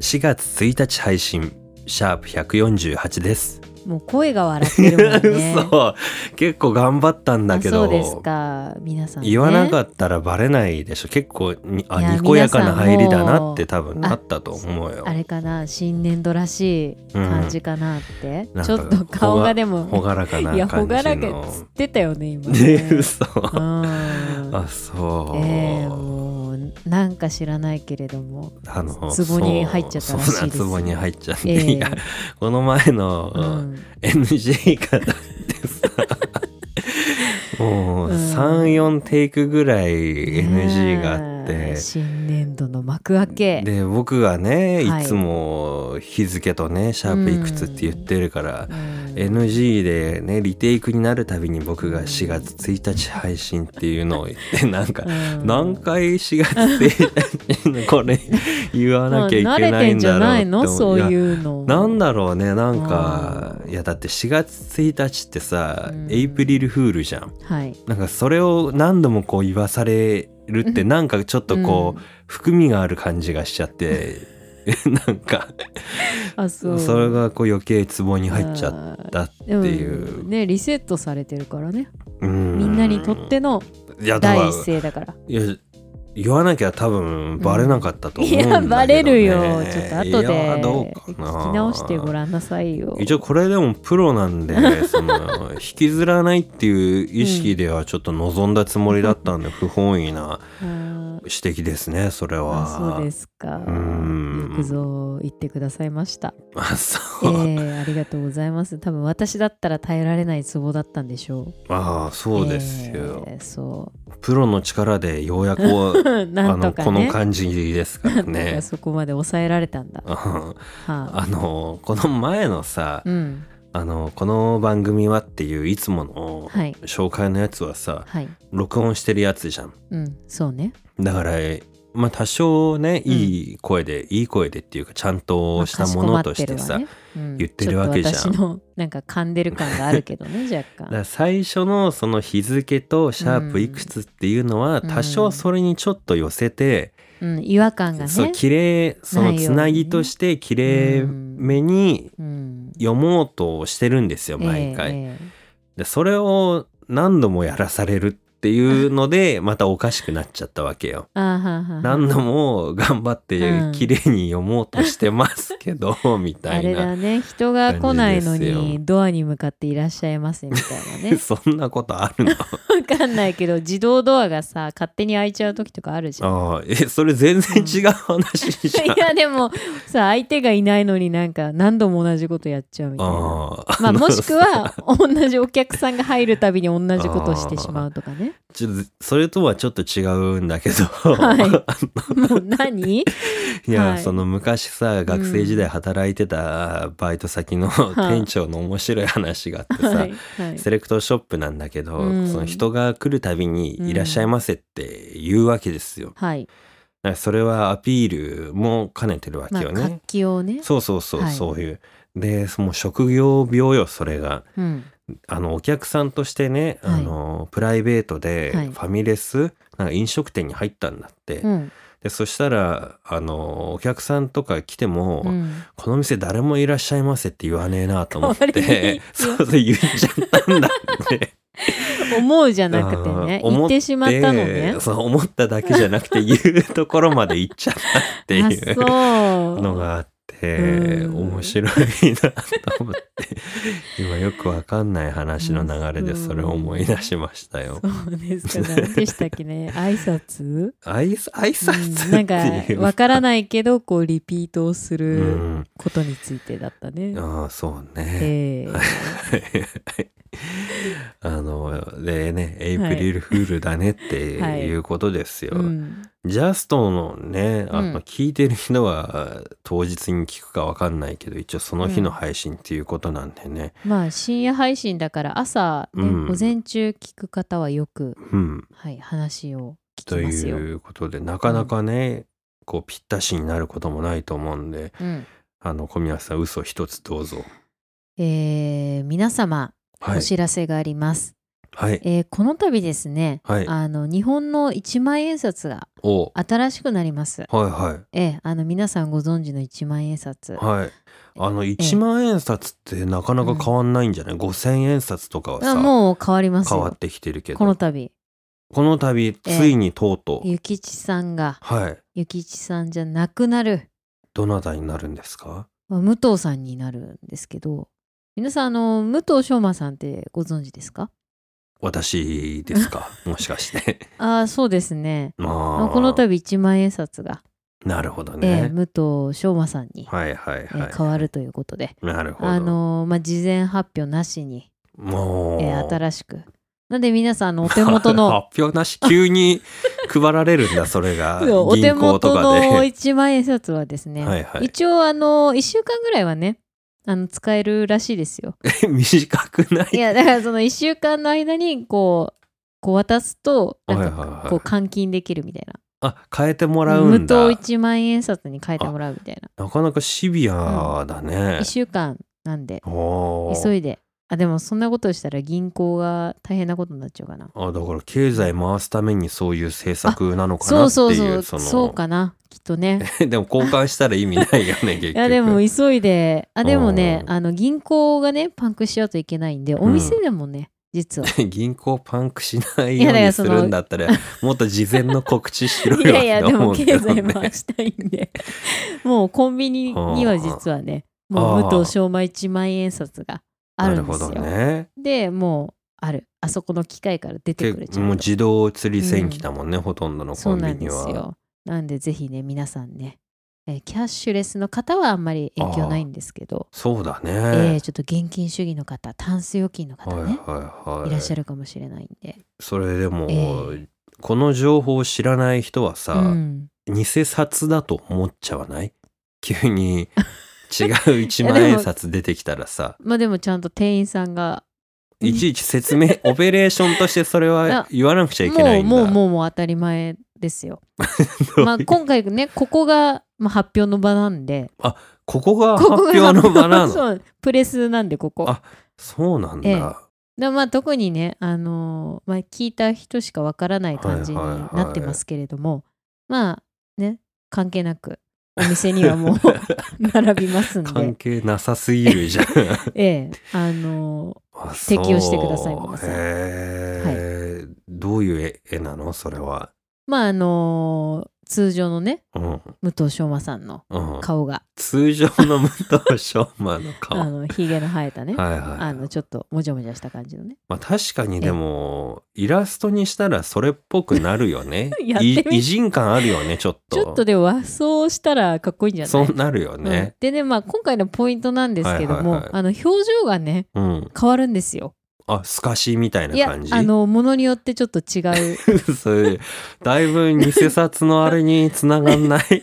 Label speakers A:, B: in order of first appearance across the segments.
A: 4月1日配信シャープ148です、
B: もう声が笑ってるもん ね。
A: そう結構頑張ったんだけど
B: あそうですか皆さん、ね。
A: 言わなかったらバレないでしょ結構に
B: いや
A: あにこやかな入りだなって
B: 皆
A: 多分
B: もう
A: なったと思うよ
B: あれかな新年度らしい感じかなって、
A: うん
B: ちょっと顔がで
A: ほ
B: も
A: がらかない
B: や
A: 感
B: ほがら
A: じ
B: けっ
A: の
B: つってたよね今ね。
A: で嘘
B: うん
A: あそう、
B: ええもうなんか知らないけれども
A: あの
B: 壺に入っちゃったらしいです
A: そうそうな壺に入っちゃって、
B: ええ
A: いやこの前の、
B: うん
A: NG がだってさもう
B: うん
A: 34テイクぐらい NG があって、
B: ねえ新年度の幕開け
A: で僕がね
B: はい
A: いつも日付とね、シャープいくつって言ってるから、
B: うん
A: NG でねリテイクになるたびに僕が4月1日配信っていうのを言って なんか
B: うん
A: 何回4月1日の これ言わなきゃいけないんだ
B: まあ慣れてんじゃな
A: ろう
B: い
A: って思
B: のそう
A: や
B: いうの
A: なんだろうねなんかいやだって4月1日ってさ
B: うん
A: エイプリルフールじゃん
B: はい
A: なんかそれを何度もこう言わされるってなんかちょっとこう含みがある感じがしちゃって なんか
B: あそう
A: それがこう余計ツボに入っちゃっ
B: あー
A: たって
B: でも
A: いう、
B: ねリセットされてるからね
A: うん
B: みんなにとっての
A: いやだか
B: 第
A: ら
B: 一声だから
A: いや言わなきゃ多分バレなかったと思うんだけ
B: い
A: ど、ね
B: やバレるよちょっと後
A: いや
B: で
A: どう
B: 聞
A: かな
B: き直してごらんなさいよ
A: 一応これでもプロな んでその引きずらないっていう意識ではちょっと望んだつもりだった んで、不本意な
B: あー
A: 指摘ですねそれは
B: あそうですか
A: うん
B: よくぞ言ってくださいました
A: あ
B: え
A: そう、
B: ー、ありがとうございます多分私だったら耐えられないツボだったんでしょう
A: ああそうですよ、
B: えーそ
A: プロの力でようやく、
B: う な
A: あ
B: んと
A: の
B: かね
A: この感じですから
B: なん
A: ね
B: かそこまで抑えられたんだ、は
A: うん
B: あ、
A: あのこの前のさ、
B: うん
A: あのこの番組はっていういつもの
B: はい
A: 紹介のやつはさ
B: はい
A: 録音してるやつじゃん
B: うんそうね
A: だからまあ多少ね
B: うん
A: いい声で、いい声でっていうかちゃん
B: ま
A: と
B: あ
A: したものとして
B: かしこ
A: さ、
B: まってるわねうん
A: 言ってるわけじゃん
B: ちょっと私のなんか噛んでる感があるけど ね若
A: だか
B: 干
A: ら最初のその日付とシャープいくつっていうのは
B: うん
A: 多少それにちょっと寄せて、
B: うん違和感がね
A: そう綺麗そのつなぎとして綺麗めに
B: うん
A: 読もうとしてるんですよ毎回。
B: えええ
A: でそれを何度もやらされるっていうのでまたおかしくなっちゃったわけよ。
B: えあーはーはーはー
A: 何度も頑張って
B: うん
A: 綺麗に読もうとしてます けど、みた
B: あ
A: い
B: れ
A: な。
B: だね人が来ないの
A: 感じですよ
B: にドアに向かっていらっしゃいませみたいなね
A: そんなことあるの
B: わかんないけど自動ドアがさ勝手に開いちゃう時とか あるじゃん
A: ああえそれ全然違う話じゃ ん。
B: いやでもさ相手がいないのになんか何度も同じことやっちゃうみたいな
A: ああ
B: まあもしくは同じお客さんが入るたびに同じことをしてしまうとかね
A: ちょっとそれとはちょっと違うんだけど、
B: もう何
A: い、や、
B: はい
A: その昔さ学生時代働いてたバイト先の
B: はい
A: 店長の面白い話があってさ、
B: はいはい
A: セレクトショップなんだけど、
B: うん
A: その人が来るたびに「いらっしゃいませ」って言うわけですよ。
B: はい
A: だからそれはアピールも兼ねてるわ
B: ま
A: け
B: あ
A: よ
B: 活
A: ね。
B: 気をね
A: そうそうそう、
B: はい
A: そういう。でもう職業病よそれが。
B: うん
A: あのお客さんとしてね、
B: はい
A: あのプライベートで
B: はい
A: ファミレス、なんか飲食店に入ったんだって、
B: うん
A: でそしたらあのお客さんとか来ても、
B: うん
A: この店誰もいらっしゃいませって言わねえなと思っ
B: 代わり
A: て
B: に
A: そうそう言っちゃったんだって
B: 思うじゃなくてね
A: うん
B: 言ってしまったのね
A: 思ってそう思っただけじゃなくて言うところまで行っちゃったって
B: あ
A: いう
B: そう
A: のがあって。
B: うん
A: 面白いなと思って今よくわかんない話の流れでそれを思い出しましたよ。
B: そうですか何でしたっけね挨拶
A: 挨拶挨
B: うんな
A: 拶
B: ん
A: ってい
B: か
A: う、
B: わからないけどこうリピートをす
A: う
B: る
A: ん、
B: ことについてだったね。
A: ああそうね、
B: ええ
A: あのでねエイプリルフールだねって
B: はい
A: いうことですよ、
B: うん
A: ジャストのねあ
B: うん
A: の聞いてる人は当日に聞くかわかんないけど一応その日の配信っていうことなんでね
B: まあ深夜配信だから朝、ね
A: うん
B: 午前中聞く方はよく、
A: うん
B: はい、話を聞
A: と
B: きますよ。
A: いうことでなかなかね、こうぴったしになることもないと思うんで
B: うん
A: あの小宮さん嘘一つどうぞ
B: えー皆様
A: はい
B: お知らせがあります。
A: はい
B: えーこの度ですね、
A: はい
B: あの日本の一万円札が
A: お
B: 新しくなります。
A: はいはい
B: えーあの皆さんご存知の一万円札。
A: はいあの1万円札ってなかなか変わんないんじゃない、5,000円札とかは
B: あ
A: さ
B: もう変わります
A: 変わ
B: よ
A: っ。てきてるけど
B: この度、
A: この度ついにとうとう、
B: ゆきちさんが、
A: はい
B: ゆきちさんじゃなくなる、
A: どなたになるんですか
B: まあ、武藤さんになるんですけど、皆さん、あの、武藤昌磨さんってご存知ですか
A: 私です かもしかして
B: ああ、そうですね。ま
A: ま
B: あこの度一万円札が、
A: なるほど
B: えー
A: ね、
B: 武藤昌磨さんに、
A: はいはい
B: えー
A: はい、
B: 変わるということで、
A: なるほど
B: あのーまあ、事前発表なしに、
A: もう、
B: えー新しく。なんで皆さん、あのお手元 の、
A: 発表なし急に配られる んだそれが
B: お手
A: 銀行と
B: 元
A: か
B: の
A: で。
B: 一万円札はですね、
A: はいはい
B: 一応、あの1週間ぐらいはね、あの使えるらしいですよ。
A: 短くない
B: い やだからその1週間の間にこうこう渡すとなん
A: はいはいは
B: か
A: い
B: こう換金できるみたいな、
A: あ変えてもらうんだ
B: 無糖1万円札に変えてもらうみたいな
A: なかなかシビアだね
B: 1、週間なんで
A: おー
B: 急いであでもそんなことしたら銀行が大変なことになっちゃうかな
A: あだから経済回すためにそういう政策なのか
B: そ
A: な
B: う
A: って
B: そう
A: い
B: そうう
A: その
B: そうかなきっとね
A: でも交換したら意味ないよね結局
B: いやでも急いであでもね
A: うん
B: あの銀行がねパンクしちゃうといけないんでお店でもね、実は
A: 銀行パンクしない
B: いや
A: よ
B: だ
A: う
B: か
A: に
B: ら
A: す
B: その
A: るんだったらもっと事前の告知しろよ
B: いやいや
A: って
B: で
A: 思
B: も
A: うけ
B: 経
A: ど
B: 済
A: ね
B: 回したいん でもうコンビニには実はねもう
A: あー
B: 武藤昌磨1万円札があ
A: な
B: る
A: る
B: んで
A: ほ
B: す
A: ど
B: よ、
A: ね
B: でもうあるあそこの機械から出てくれち
A: け
B: ゃ
A: もう
B: うと
A: 自動釣り線機だもんね、ほとんどの
B: そ
A: コ
B: う
A: ン
B: な
A: ビ
B: ん
A: ニ
B: です
A: は。
B: よなんでぜひね皆さんね、えーキャッシュレスの方はあんまり影響ないんですけど
A: そうだね。
B: えーちょっと現金主義の方タンス預金の方
A: はい
B: ね、
A: はいはい。
B: いらっしゃ
A: る。
B: るかもしれないんで、
A: それでも、
B: えー
A: この情報を知らない人は
B: う
A: さ、
B: ん、
A: 偽札だと思っちゃわない 急に違う一万円札出てきたらさ
B: まあでもちゃんと店員さんが
A: いちいち 説明オペレーションとしてそれは言わなくちゃいけないんだ
B: もうもうもうもう当たり前ですよ まあ今回ねここが、まあ、発表の場なんで
A: ここが発
B: ここが
A: 表の場なのそう
B: そうプレスなんでここ
A: あなんだ、
B: ええでまあ特にねあのーまあ聞いた人しかわからない感じに
A: はいはいはい
B: なってますけれども、まあね関係なくお店にはもう 並びますん
A: 関
B: で、
A: 係なさすぎるじゃん
B: ええ、あのー
A: あ
B: 適用してください
A: そう
B: 皆さん
A: へーどういう絵絵なのそれは。
B: まああのー通常のね
A: うん
B: 武藤昌磨さんの
A: うん、
B: 顔が、
A: 通常の武藤昌磨の 顔。
B: あ
A: はい
B: のひげの生えたね、
A: はい、
B: あのちょっともじゃもじゃした感じのね
A: まあ、確かにでもイラストにしたらそれっぽくなるよね
B: やってみ
A: い偉人感あるよねちょっと
B: ちょっとでも和装したらかっこいいんじゃない
A: そうなるよ
B: うん
A: ね、
B: でね、まあ、今回のポイントなんですけども、
A: はいはいはい
B: あの表情がね
A: うん
B: 変わるんですよ。
A: あすかしみたい
B: い
A: な
B: や
A: 感じ
B: あのものによってちょっと違う
A: そういうだいぶ偽札のあれにつながんない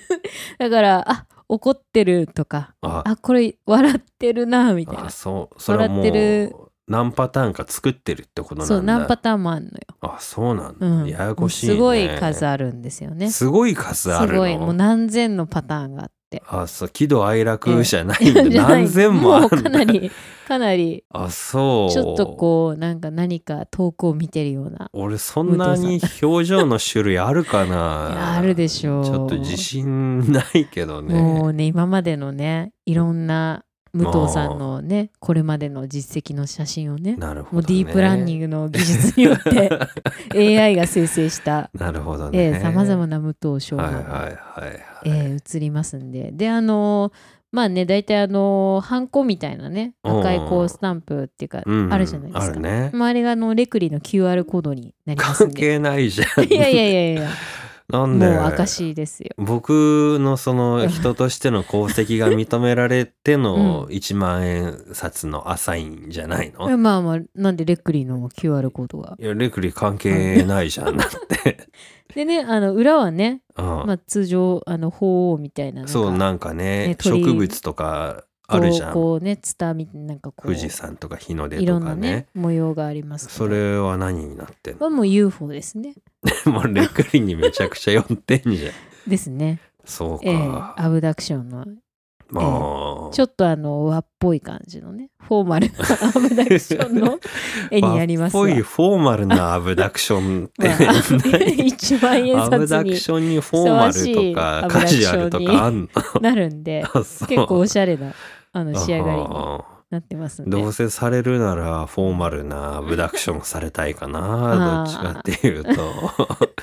B: だからあ怒ってるとか
A: あ
B: あこれ笑ってるなみたい
A: あ
B: な
A: そうそれはも
B: 笑ってる
A: う何パターンか作ってるってことなんだ
B: そう何パターンもあんのよ。
A: あそうなんだ、
B: うん、
A: ややこしい、
B: もう
A: ね、
B: すごい数あるんですよね。す
A: すごい数あるの
B: ごいもう何千のパターンがあって。
A: あそう喜怒哀楽じゃない
B: じ
A: んだ、
B: ゃない
A: 何千もあ
B: もう
A: るん
B: か
A: だ
B: なりかなり
A: あそう
B: ちょっとこうなんか何か遠くを見てるような
A: 俺そんなに表情の種類あるか
B: い
A: な
B: やあるでしょう
A: ちょっと自信ないけ
B: も
A: どね
B: うね今までのねいろんな武藤さんのねこれまでの実績の写真をね
A: なるほ
B: もう
A: ど、
B: デ
A: ね、
B: ィープランニン
A: グ
B: グの技術によって AI が生成した
A: なるほど
B: え
A: ね
B: えさまざまな
A: な
B: 武藤将
A: はい
B: 馬
A: はい
B: が
A: はいはい、
B: ええ映りますんでであのーまあね大体あのーハンコみたいなね赤いこ
A: うん
B: うスタンプっていうか
A: うん
B: あるじゃないです
A: あ
B: か
A: る。ね
B: まああれがあのレクリの QR コードになります
A: 関
B: んで。
A: 係ないじゃん
B: いやいやいやいや
A: なん
B: も
A: で
B: う証ですよ。
A: 僕のその人としての功績が認められての1万円札のアサインじゃないの、い
B: まあまあなんでレックリーの QR コードが。
A: やレクリ関係ないじゃんだって、
B: でねあの裏はね、
A: うん
B: まあ、通常あの鳳凰みたいななんか
A: そうなんかね
B: ね鳥
A: 植物とかあるじゃ
B: こ
A: ん
B: うこうねツタみたいななんかこう
A: 富士山とか日の出
B: いろ
A: と
B: ん
A: か
B: な
A: ね
B: ね模様がありますけど
A: それは何になってんの
B: はもう UFO ですね。
A: もうレクリにめちゃくちゃ寄ってんじゃん
B: ですね。
A: そうか、
B: ええアブダクションの
A: まあ
B: ちょっとあの和っぽい感じのねフォーマルなアブダクション の絵になります
A: 和
B: わ
A: っぽいフォーマルなアブダクションって、
B: ま あ 1万円
A: アブダ
B: 札
A: ク
B: に
A: ションにフォーマルとかカジュアルとかあんの
B: なるんで
A: あそう
B: 結構おしゃれなあの仕上がりに
A: あ
B: なってますん
A: ー
B: で
A: どうせされるならフォーマルなアブダクションされたいかな
B: あ
A: どっち
B: ー
A: かっていうと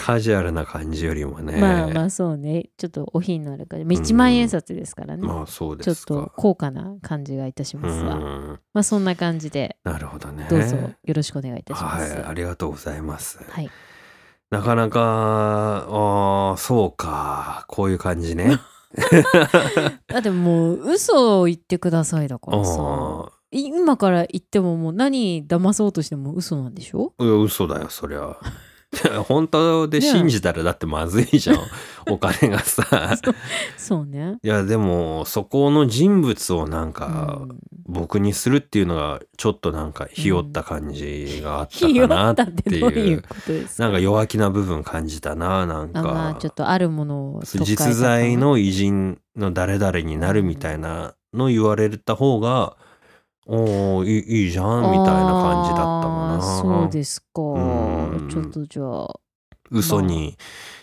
A: カジュアルな感じよりもね
B: まあまあそうねちょっとお品のあるから
A: ん
B: 1万円札ですからね、
A: まあそう
B: ちょ
A: で
B: っ
A: す
B: と
A: か
B: 高価な感じがいたし
A: う
B: ますわ、
A: ん
B: まあそんな感じで
A: なるほどね
B: どうぞよろしくお願いいたしま
A: は
B: す、
A: いありがとうございます
B: はい
A: なかなかあーそうかこういう感じね
B: だってもう嘘を言ってくださいだか
A: あ
B: らさ
A: ー
B: い今から言ってももう何騙そうとしても嘘なんでしょ
A: いや嘘だよそ りゃ本当で信じたらだってまずい じゃん、お金がさ
B: そうね、
A: いやでもそこの人物をなんか
B: うん
A: 僕にするっていうのがちょっとなんかひよった感じがあったかなっ
B: ひよ
A: て
B: どう
A: い
B: いううことですか
A: なんか弱気な部分感じたななん
B: あまあ
A: か
B: ちょっとあるものを取っ換えたか
A: 実在の偉人の誰々になるみたいなの言われた方がおーいいいいじゃんみたいな感じだったもん
B: あ
A: な
B: ーそうですか
A: うん
B: ちょっとじゃあ
A: 嘘に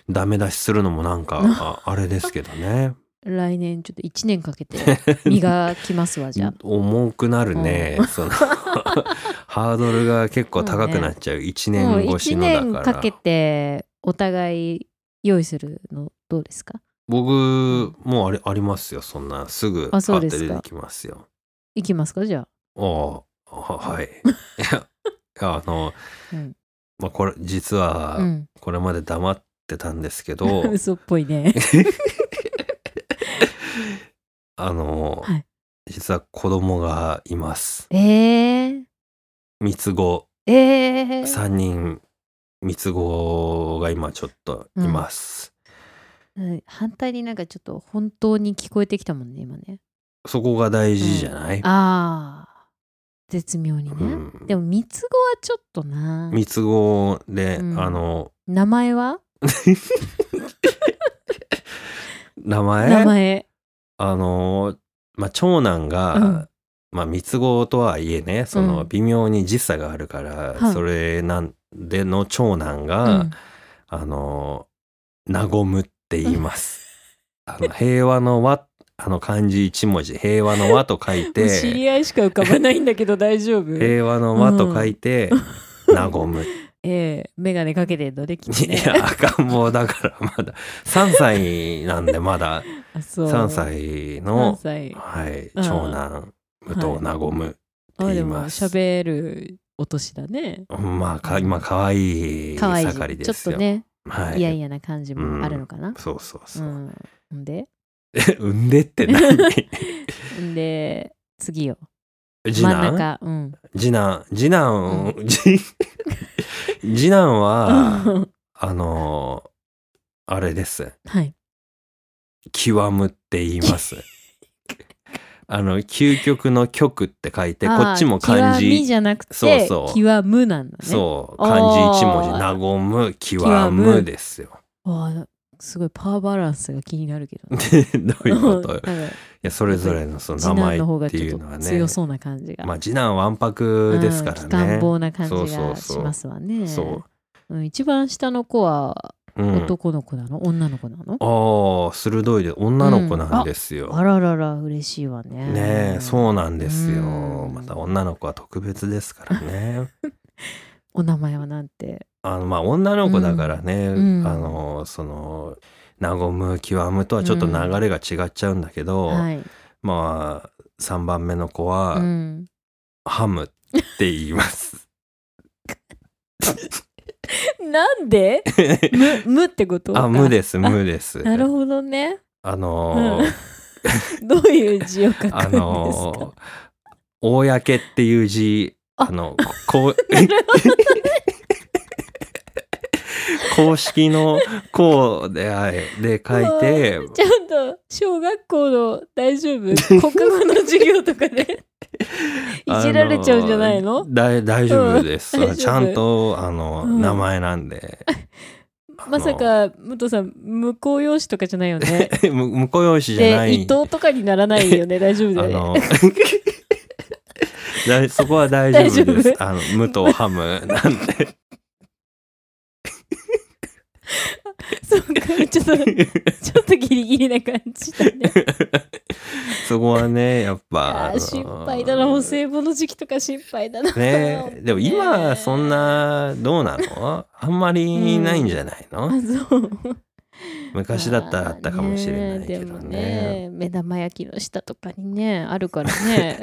A: ダメ出しするのもな んか、ああれですけどね
B: 来年ちょっと1年かけて身がきますわじゃあ
A: 重くなるね、 そのハードルが結構高くなっちゃう1
B: もう
A: 年越し
B: 1
A: の
B: 年
A: だか
B: からけてお互い用意するのどうですか
A: 僕もうあれありますよそんなすぐパ
B: あそう
A: ッ
B: で
A: て
B: すか
A: 出てきますよ
B: いきますかじゃあ、
A: ああ ははいいやあの、
B: うん
A: まあ、これ実は
B: うん、
A: これまで黙ってたんですけど、
B: 嘘っぽい ね
A: あの、
B: はい
A: 実は子供がいます
B: えー、
A: 三つ子
B: えー、
A: 3人三つ子が今ちょっといます、
B: うん反対になんかちょっと本当に聞こえてきたもんね今ね
A: そこが大事じゃない、
B: ああ絶妙にね、
A: うん
B: でも三つ子はちょっとな
A: 三つ子で、
B: うん
A: あの
B: 名前は
A: 名前
B: 名前
A: あの、まあ、長男が、
B: うん
A: まあ、三つ子とはいえねそうの
B: ん
A: 微妙に時差があるから、
B: はい
A: それなんでの長男が、
B: うん
A: あの和むって言い ます。あの平和の和あの漢字一文字平和の和と書 い
B: もう知
A: て
B: り合いしか浮かばないんだけど大丈夫え
A: 平和の和と書いて、和む。
B: え眼鏡かけてんのねきっと
A: い
B: ね
A: や赤ん坊だからまだ3歳なんでまだ
B: あそう
A: 3歳
B: 3
A: の、
B: 歳
A: はい、
B: うん
A: 長男武藤和む
B: あ
A: 言い
B: でも
A: ます
B: 喋るお年だね
A: まあか今可愛い
B: 可愛い
A: 盛りで
B: ちょっ
A: すよ。
B: とね、
A: はい
B: い、やいやな感じもあるのかな
A: そうそう
B: う
A: そう。
B: ん、ん、で
A: 産んでっ て何
B: んで次よ
A: 次
B: 真ん
A: 男
B: 中うん
A: 次男次男、じ 次男はあのあれです
B: はい
A: 極むって言い ます。あの究極の極って書いてこっちも漢
B: あー極み
A: 字
B: じゃなくて
A: そうそう
B: 極むなんだね
A: そう
B: あー
A: 漢字一文字和む極むですよ。
B: わあすごいパワーバランスが気になるけど。
A: どういうことよ
B: なんか
A: いやそれぞれのその
B: 次
A: 名前
B: 男の方
A: っ
B: が
A: て
B: ち
A: いう
B: ょっ
A: のは
B: と
A: ね
B: 強そうな感じが、
A: まあ次男わんぱくですからね。
B: うん期間棒な感じ
A: そうそう
B: が
A: そ
B: し
A: う
B: ますわね
A: そ
B: うん一番下の子は
A: う。うん、
B: 男の子なの、女の子なの
A: ああ鋭いで女の子なんですよ。
B: あららら嬉しいわね
A: ねえそうなんですよ。
B: うん
A: また女の子は特別ですからね。
B: お名前はなんて
A: あのまあ女の子だからね、
B: うん
A: あのその和む極むとはちょっと流れが違っちゃうんだけど、
B: はい、
A: まあ3番目の子は、
B: うん、
A: ハムって言います。
B: なんで無無ってこと
A: あ無です無です
B: なるほどね
A: あのー
B: うん どういう字を書くんですか、
A: あのー公っていう字
B: あ
A: あのこう 公式の「こう」ではいで書いて
B: ちゃんと小学校の大丈 夫国語の授業とかでいじられちゃうんじゃないの
A: あーだい大丈夫です、
B: うん大丈夫
A: ちゃんとあの、
B: うん
A: 名前なんで あの
B: まさか武藤さん無効用紙とかじゃないよね
A: む婿養子じゃな
B: で伊
A: い
B: 藤とかにならないよね大丈夫
A: あ
B: だよね
A: の だいそこは大丈夫です
B: 大丈
A: あの武藤ハムなんで
B: そうかちょっとちょっとギリギリな感じだね
A: そこはねやっぱ
B: あ
A: あ
B: ー
A: の
B: 心配だなもう聖母の時期とか心配だな
A: ねでも今そんなどうなのあんまりないんじゃないの、
B: あそう
A: 昔だったらあったかもしれないけど
B: まあでも
A: ね
B: ね目玉焼きの下とかにねあるから ね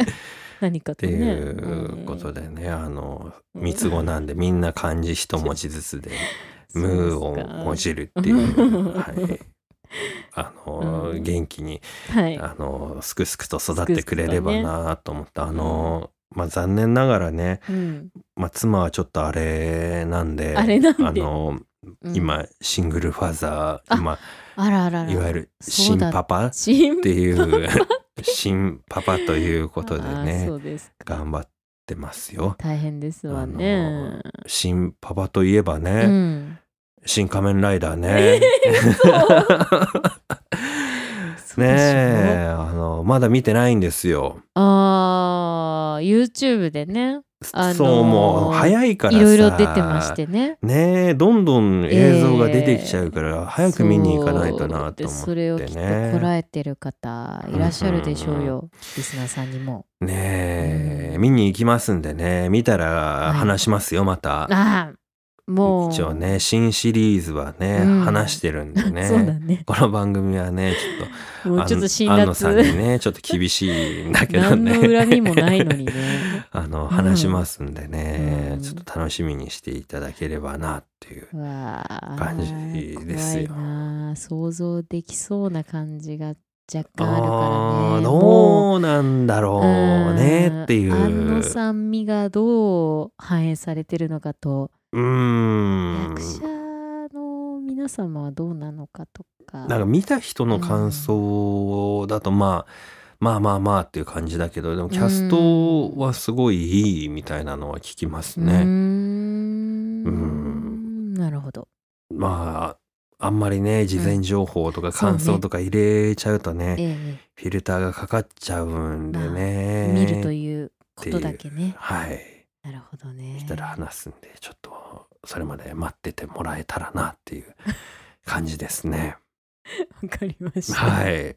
B: 何か
A: っ
B: と
A: て
B: ね
A: いうことでね、あの
B: うん
A: 三つ子なんでみんな漢字一文字ずつで「
B: うん
A: 無」をもじるっていう
B: うん
A: はい、あの、
B: うん
A: 元気に
B: はい
A: あのすくすくと育ってくれればなと思った、あの、まあ、残念ながらね、
B: うん
A: まあ、妻はちょっとあれなんで
B: あれなんで
A: あの
B: うん
A: 今シングルファザー
B: あ
A: 今
B: あらあらあら
A: いわゆる
B: そう
A: 新
B: だ
A: パパっ
B: 心
A: て いう新パパということで
B: あー
A: ね
B: そうですか
A: 頑張ってますよ。
B: 大変ですわね、
A: 新パパといえばね、
B: うん
A: 新仮面ライダーね。
B: そうでし
A: ね
B: ょ
A: えあのまだ見てないんですよ。
B: あー YouTube でねあのー
A: そうもう早いからさ
B: いろいろ出てましてね
A: ねえどんどん映像が出てきちゃうから、早く見に行かないと
B: そ
A: なと思
B: うで
A: っ
B: それをき
A: て
B: っとこ
A: ね。
B: らえてる方いらっしゃるでしょうよ、リスナーさんにも
A: ねえ
B: うん
A: 見に行きますんでね見た
B: い
A: ら話しますよまた。
B: ああもう
A: 一応ね新シリーズはね、
B: うん
A: 話してるんで ね。
B: そうだね
A: この番組はねちょっと。
B: もうちょっと辛
A: あん安野さんに
B: 辣
A: ねちょっと厳しいんだけど
B: 何
A: ね
B: の恨みもないのにね
A: あの
B: ん
A: 話しますんでね、
B: うん
A: ちょっと楽しみにしていただければなっていう、
B: うわあ
A: 感じですよ
B: 怖いなあ想像できそうな感じが若干あるから
A: あ
B: ねも
A: ーどうなんだろ
B: う
A: うねっていう
B: 安野さん味がどう反映されてるのかと、
A: うーん
B: 役者の皆様はどうなのかとか
A: なんか見た人の感想だとまあ、まあまあまあっていう感じだけどでもキャストはすごいいいみたいなのは聞きます
B: うー
A: ね、
B: ん
A: うん
B: なるほど
A: まああんまりね事前情報とか
B: そうね
A: 感想とか入れちゃうとね、
B: ええ
A: フィルターがかかっちゃうんで
B: ええ
A: ね。
B: 見るということだけね
A: はい。
B: なるほどね
A: 来たら話すんで、ちょっとそれまで待っててもらえたらなっ ていう感じですね。
B: わかりました、
A: はい。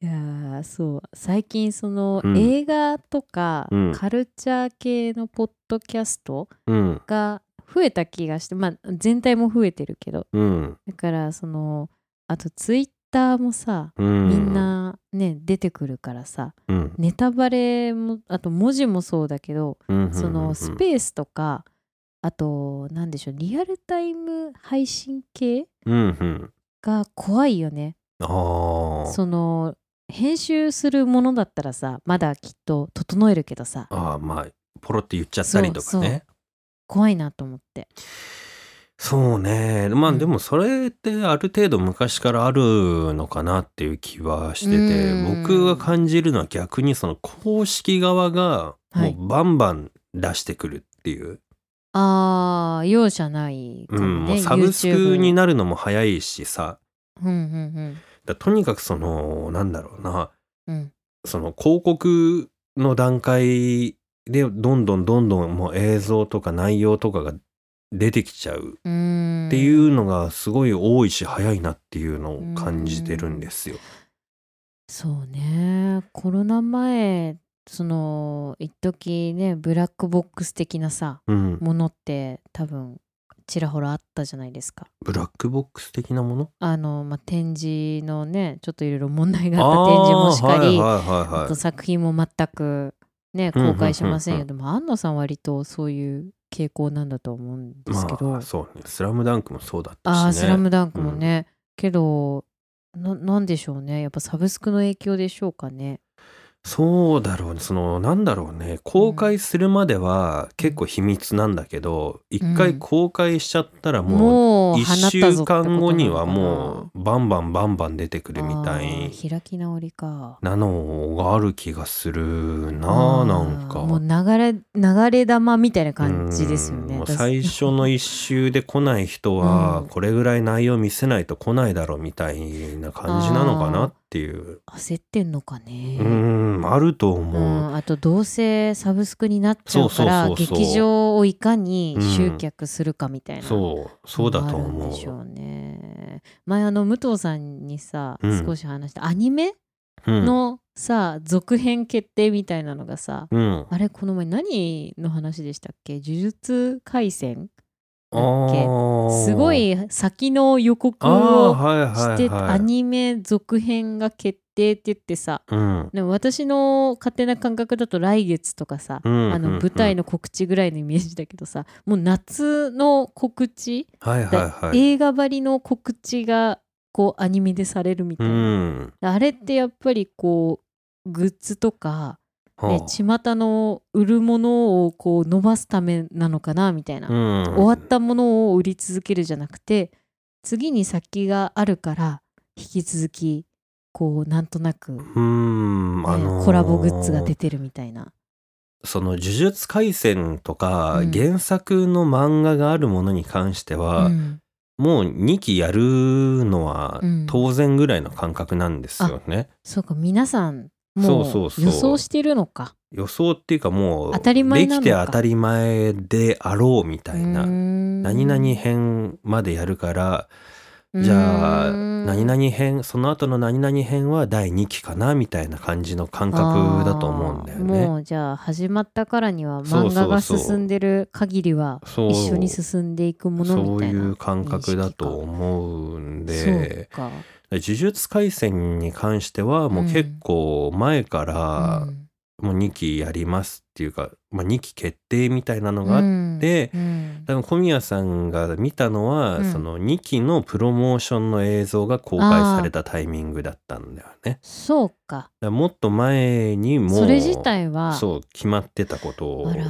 B: いやーそう最近その
A: うん
B: 映画とか
A: うん
B: カルチャー系のポッドキャスト
A: うん。
B: が増えた気がしてまあ全体も増えてるけど
A: うん。
B: だからそのあとツイッターもさ
A: うん。
B: みん。なね出てくるからさ
A: うん。
B: ネタバレもあと文字もそうだけど
A: うん。
B: そのス
A: ー
B: ペースとかあと何でしょうリアルタイム配信系
A: うん。うん。
B: が怖いよね
A: ああ。
B: その編集するものだったらさまだきっと整えるけどさ
A: ああ、まあ、ポロって言っちゃったりとかね。
B: 怖いなと思って
A: そうね。まあ
B: うん
A: でもそれってある程度昔からあるのかなっていう気はしてて、
B: うん
A: 僕が感じるのは逆にその公式側が
B: は
A: も
B: いう
A: バンバン出してくるっていう。
B: あー容赦ないか
A: う
B: もね、
A: ん、もうサブスクに
B: な
A: なるのも早いしさ、
B: うんうん
A: だとにかくその、なんだろうな、
B: うんうん
A: その広告の段階でどんどんどんどんもう映像とか内容とかが出てきちゃう
B: うーん
A: っていうのがすごい多いし早いなっていうのを感じてるんですよ。
B: そうねコロナ前その一時ねブラックボックス的なさ
A: うん、
B: ものって多分ちらほらあったじゃないですか
A: ブラックボックス的なもの
B: あの、まあ、展示のねちょっといろいろ問題があ
A: あ
B: った展示もしかり、
A: ーはいはいはい
B: あ
A: は
B: と
A: い
B: 作品も全くね
A: うんうんうん
B: 公開しませんよでも安野さん割とそういう傾向なんだと思うんですけど、
A: まあそうね「スラムダンクもそうだったしね
B: ああ、スラムダンクもね。けど、な、なんでしょうね。やっぱサブスクの影響でしょうかね。
A: そうだろうねそのなんだろうね公開するまでは結構秘密なんだけど一、回公開しちゃったらもう
B: もう、放
A: 1
B: ったぞ
A: 週
B: ってことなのかな
A: 間後にはもうバンバンバンバン出てくるみた
B: あ
A: い
B: ー開き直りか。
A: なのがある気がするなあなんか
B: あーもう流れ、流れ玉みたいな感じですよ
A: うん
B: ね
A: もう。
B: だ
A: 最初の一周で来ない人
B: う
A: は
B: ん
A: これぐらい内容見せないと来ないだろうみたいな感じなのかなっていう
B: 焦ってんのかね。
A: うんあると
B: う、
A: 思うん
B: あとどうせサブスクになっちゃうから
A: そうそうそうそう
B: 劇場をいかに集客するかみたいな、
A: そうそうだと
B: あるん
A: 思
B: でしょ
A: う
B: うね前あの武藤さんにさ、
A: うん
B: 少し話したアニメ
A: うん
B: のさ、続編決定みたいなのがさ、
A: うん
B: あれこの前何の話でしたっけ呪術廻戦
A: あー
B: すごい先の予告
A: あー
B: を
A: はいは
B: し
A: い
B: て
A: は
B: ア
A: い
B: ニメ続編が決定って言ってさ
A: うん
B: でも私の勝手な感覚だと来月とかさ、
A: うん
B: あの
A: うん
B: 舞台の告知ぐらいのイメージだけどさもう夏の告知、
A: はいはいはい
B: 映画ばりの告知がこうアニメでされるみた
A: う
B: いな、
A: ん
B: あれってやっぱりこうグッズとか、ね、
A: は
B: 巷の売るものをこう伸ばすためなのかなみたいな、
A: あうん
B: 終わったものを売り続けるじゃなくて次に先があるから引き続きこうなんとなく、ね
A: うんあのー
B: コラボグッズが出てるみたいな。
A: その「呪術廻戦」とか
B: うん
A: 原作の漫画があるものに関しては、
B: うん
A: もう2期やるのは
B: うん
A: 当然ぐらいの感覚なんですよね。
B: そうか皆さんも
A: そうそう
B: う
A: そう
B: 予想してるのか。
A: 予想っていうかもう
B: 当たり前
A: で
B: な
A: き
B: のか
A: て当たり前であろうみたいな。何
B: 何
A: 々編までやるからじゃあ何々編その後の何々編は第2期かなみたいな感じの感覚だと思うんだよ
B: あー
A: ね。
B: もうじゃあ始まったからには
A: そ
B: 漫
A: うそうそう
B: 画が進んでる限りは
A: そう
B: 一緒に進んでいくものみ
A: そう
B: たい
A: い
B: な
A: う感覚だと思うん
B: そ
A: で。
B: うか
A: 呪術廻戦に関してはもう結構前から
B: うん
A: もう2期やりますっていうか、まあ、2期決定みたいなのがあって、
B: うん
A: 多分小宮さんが見たのは、
B: うん
A: その2期のプロモーションの映像が公開されたタイミングだったんだよね。
B: そうか
A: だからもっと前にも
B: それ自体は
A: そう決まってたことを
B: あら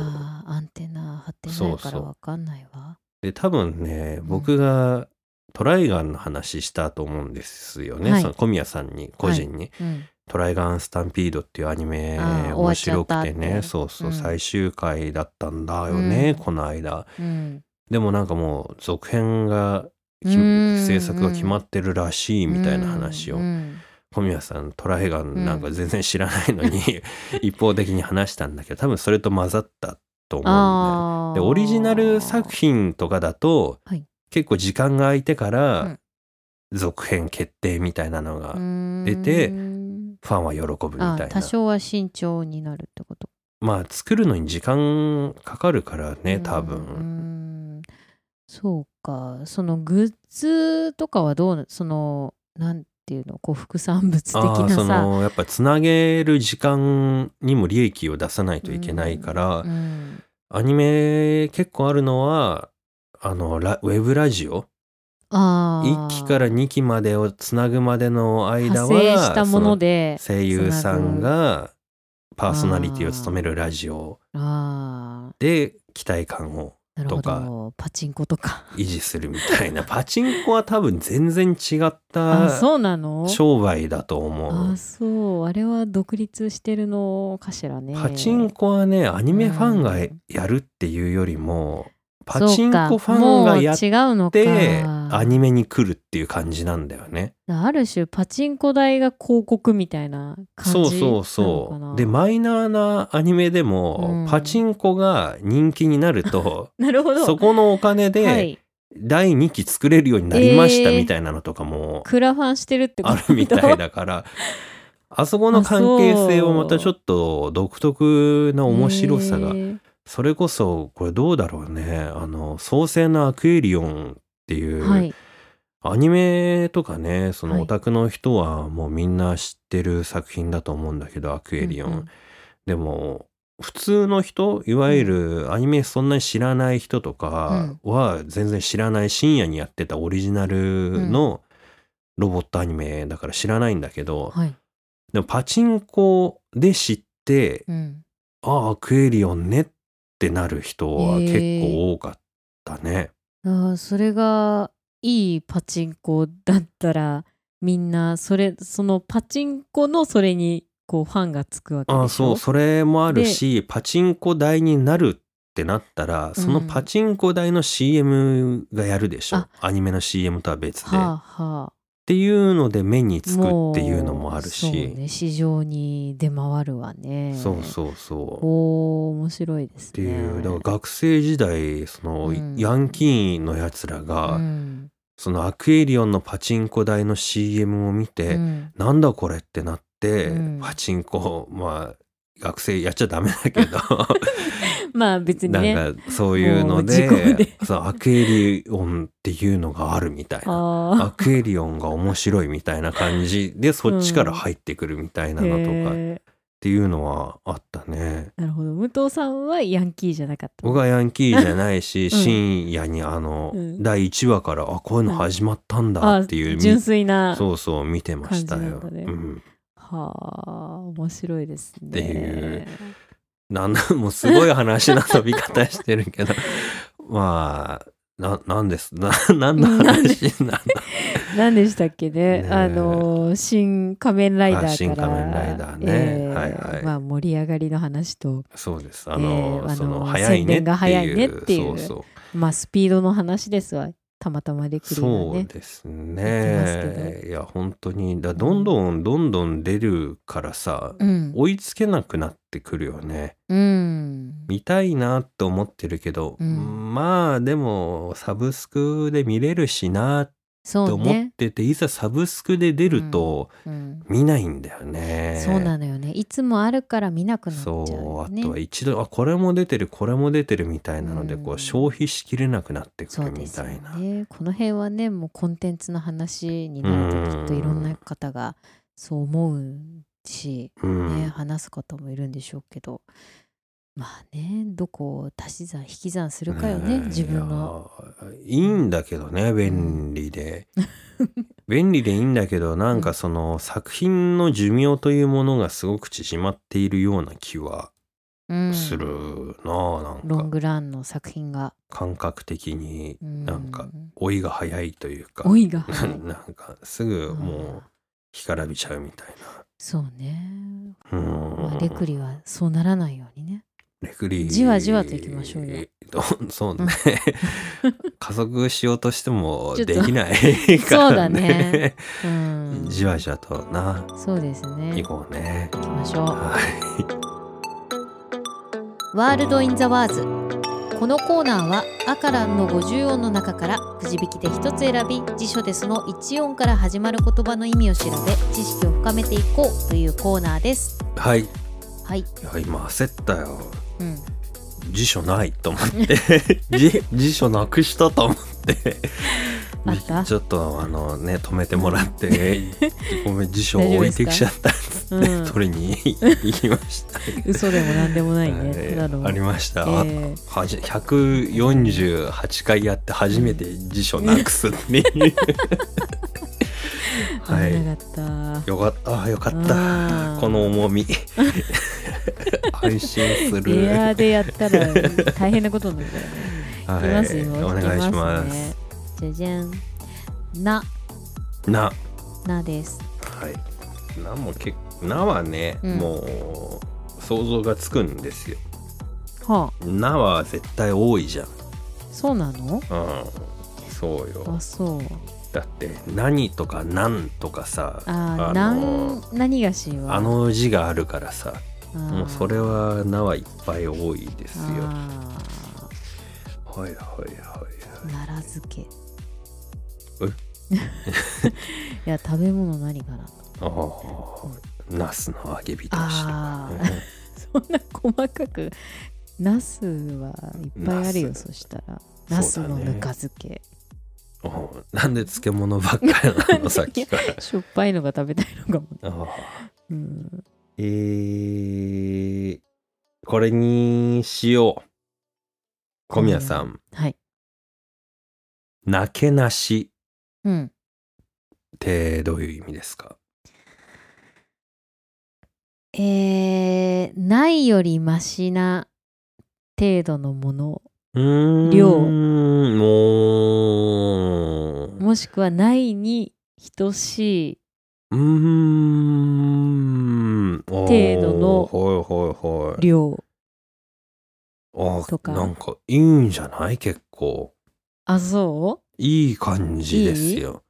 B: アンテナ張ってないからわかんないわ
A: で多分ね
B: うん
A: 僕がトライガンの話したと思うんですよね、
B: はい
A: その小宮さんに個人に。
B: うん
A: トライガンスタンピードっていうアニメ
B: あー
A: 面白くて
B: 終わっちゃったっ
A: ね
B: て
A: そうそう、
B: うん
A: 最終回だったんだよね、
B: うん
A: この間
B: うん
A: でもなんかもう続編がき
B: うん
A: 制作が決まってるらしいみたいな話を、
B: うんうん
A: 小宮さんトライガンなんか全然知らないのに、 一方的に話したんだけど多分それと混ざったと思うんだよね
B: あー
A: でオリジナル作品とかだと、
B: はい
A: 結構時間が空いてか
B: う
A: ら
B: ん
A: 続編決定みたいなのが出て
B: うん
A: ファンは喜ぶみたい
B: あ
A: な。
B: 多少は慎重になるってこと
A: まあ作るのに時間かかるからね多
B: う
A: 分
B: んそうかそのグッズとかはどうなそのなんていうのこう副産物的
A: ああー
B: な
A: そ
B: さ
A: のやっぱつなげる時間にも利益を出さないといけないから、
B: うん
A: アニメ結構あるのはあのラウェブラジオ
B: あ
A: 1期からら2期までをつなぐまでの間
B: 派
A: は
B: 生したもので
A: その声優さんがパーソナリティを
B: あー
A: 務めるラジオ
B: あ
A: で期待感を
B: あなるほ
A: と
B: どパチンコとか
A: 維持するみた いなパチンコは多分全然違っ
B: あ
A: た
B: そうなの
A: 商売だと思う
B: あそうあれは独立してるのかしらね
A: パチンコはねアニメファンが
B: うん
A: やるっていうよりも
B: そうか
A: パチンコファンがやっ
B: もう違うのか
A: てアニメに来るっていう感じなんだよね。
B: ある種パチンコ台が広告みたいな感じ
A: そ
B: な
A: う
B: のかな
A: そうそう。でマイナーなアニメで
B: う
A: も、
B: ん
A: パチンコが人気になる と
B: なるほど
A: そこのお金
B: は
A: で
B: い、
A: 第2期作れるようになりました
B: えー
A: みたいなのとかも
B: クラファンしてるってこ
A: あ
B: と
A: るみたいだから。 あそこの関係性はまたちょっと独特な面白さ
B: へ
A: が
B: ー
A: それこそこれどうだろうねあの「創世のアクエリオン」っていう、
B: はい
A: アニメとかねそ
B: は
A: の
B: い
A: オタクの人はもうみんな知ってる作品だと思うんだけど「アクエリオン」
B: うんうん
A: でも普通の人いわゆるアニメそんなに知らない人とかは全然知らない深夜にやってたオリジナルのロボットアニメだから知らないんだけど、
B: はい。
A: でもパチンコで知って、
B: うん。
A: ああアクエリオンねってなる人は結構多かったね。
B: ああ、それがいいパチンコだったら、みんなそれそのパチンコのそれにこうファンがつくわけでしょ。
A: ああそうそれもあるしパチンコ台になるってなったらそのパチンコ台の CM がやるでしょ、
B: あ
A: アニメの CM とは別で。
B: はあはあ。
A: っていうので目につくっていうのもあ
B: もう
A: る
B: そう
A: し
B: ね、市場に出回るわね。
A: そうそうそう。っ
B: おお面白いですね。
A: ていうだから学生時代その
B: うん
A: ヤンキーのやつらが、
B: うん
A: そのアクエリオンのパチンコ台の CM を見て、
B: うん
A: なんだこれってなって、
B: うん
A: パチンコまあ学生やっちゃダメだけど
B: まあ 別にね。
A: なんかそういうので
B: もう事故で
A: そうアクエリオンっていうのがあるみたいなア
B: あ
A: クエリオンが面白いみたいな感じでそっちから入ってくるみたい
B: あ
A: なのとかっ
B: へえ
A: ていうのはあったね。
B: なるほど武藤さんはヤンキーじゃなかった。
A: 僕はヤンキーじゃないし、
B: ん
A: 深夜にあの、
B: うん
A: 第1話からあこういうの始まったんだ
B: あ
A: っていう、み
B: 純粋な
A: そうそう見てましたよ。
B: 感じなんだね
A: うん
B: はあ面白いですね。
A: っていうなんだ、もうすごい話の飛び方してるけど、 まあ、な、なんです、な、なんの話なんだ。
B: 何でしたっけね
A: ねえ
B: あの新仮面ライダーから
A: あ新仮面ライダーねはいはい
B: まあ、盛り上がりの話と、
A: そうです。あの、
B: えー
A: そ
B: あ
A: の、
B: の
A: 早いねって
B: 宣伝
A: いう。
B: が早いねっていう
A: そう
B: まあ、スピードの話ですわたまたまでき
A: そう。
B: るよ
A: そう
B: ね。
A: です
B: 言ってます
A: ね。いや、本当に、だどんどん、どんどん出るからさ、
B: うん、
A: 追いつけなくなってくるよね。
B: うん、
A: 見たいなと思ってるけど、
B: うん
A: まあ、でも、サブスクで見れるしなって
B: そう
A: 思っ
B: ね、
A: てて、いざサブスクで出ると、
B: うん、
A: 見ないんだよね。
B: そうなのよねいつもあるから見なくなっちゃう
A: そう
B: よ
A: あ
B: ね
A: とは一度あこれも出てるこれも出てるみたいなので、
B: うん
A: こう消費しきれなくなってく
B: そう
A: る
B: で
A: み
B: すよ
A: たいな。
B: ねこの辺はねもうコンテンツの話になるときっといろんな方がそう思うし、
A: う
B: ね
A: ん
B: 話す方もいるんでしょうけどまあねどこを足し算引き算するかよね
A: え
B: 自分の。
A: いやいいんだけどね便利で。便利でいいんだけどなんかその作品の寿命というものがすごく縮まっているような気は
B: うん
A: するなあ、
B: ロ
A: な
B: ン
A: んか
B: グランの作品が。
A: 感覚的に
B: うん
A: なんか老いが早いというか
B: 老いが早い
A: なんかすぐもう干からびちゃうみたいな。
B: そうね、
A: うん
B: まあ、レクリはそうならないようにね。
A: レクリ
B: じわじわと行きましょうよ
A: ど そう ね、加速しようとしても
B: ちょっと
A: できないから、ね、
B: そうだねうん、
A: じわじわとな
B: そうですね
A: 行。こうね
B: 行きましょう。
A: はい
C: ワールド・イン・ザ・ワーズこのコーナーはアカランの50音の中からくじ引きで一つ選び辞書でその1音から始まる言葉の意味を調べ知識を深めていこうというコーナーです
A: はいい
C: はい、
A: や今焦ったよ
C: うん、
A: 辞書ないと思って じ辞書なくしたと思って
B: あった
A: ちょっとあのね止めてもらってえ いごめん辞書置いてきちゃったっつって、
B: うん
A: 取りに行きました
B: 嘘でも何でもないね。
A: え
B: ただの
A: ーありました、
B: えー
A: はじ148回やって初めて辞書なくすっ ていうは
B: 危
A: い
B: なかった。
A: よかったあよか
B: う
A: っ
B: ん
A: たこの 重み安心する
B: エアーでやったら 大変なことになるからね。いきますよ。
A: お願いします
B: ね
C: じゃじゃんな
A: な
C: なです
A: はいなも結なはね、
C: うん
A: もう想像がつくんですよ
B: は
A: なは絶対多いじゃん
B: あ、そうなの？
A: うんそうよ
B: あ、そう。
A: だって何とかなんとかさ
B: あー、
A: あ
B: なん
A: の
B: 何がしは。
A: あの字があるからさ
B: あー、
A: もうそれは名はいっぱい多いですよ。は
B: あ
A: いはいはい
B: ー。奈良漬け。
A: え
B: いや食べ物何かな。
A: はい。ああ、ナスの揚げ人した。
B: あーそんな細かく。ナスはいっぱいあるよ。
A: ナス
B: そしたら。ナス
A: そうだね
B: のぬか漬け、
A: うんうんなんで漬物ばっかりなのさっきから。
B: しょっぱいのが食べたいのかもね。
A: ああ
B: うん、
A: えー、これにしよう。小宮さん、
B: はい。
A: 泣けなし
B: うん。
A: ってどういう意味ですか
B: えー、ないよりマシな程度のもの
A: うーん。
B: 量
A: もう。
B: もしくはないに等し
A: うーん。程
B: 程度の
A: はいはいい
B: 量。
A: はい。あ
B: とか
A: なんかいいんじゃない結構。
B: あ、そ
A: いい感じですよ。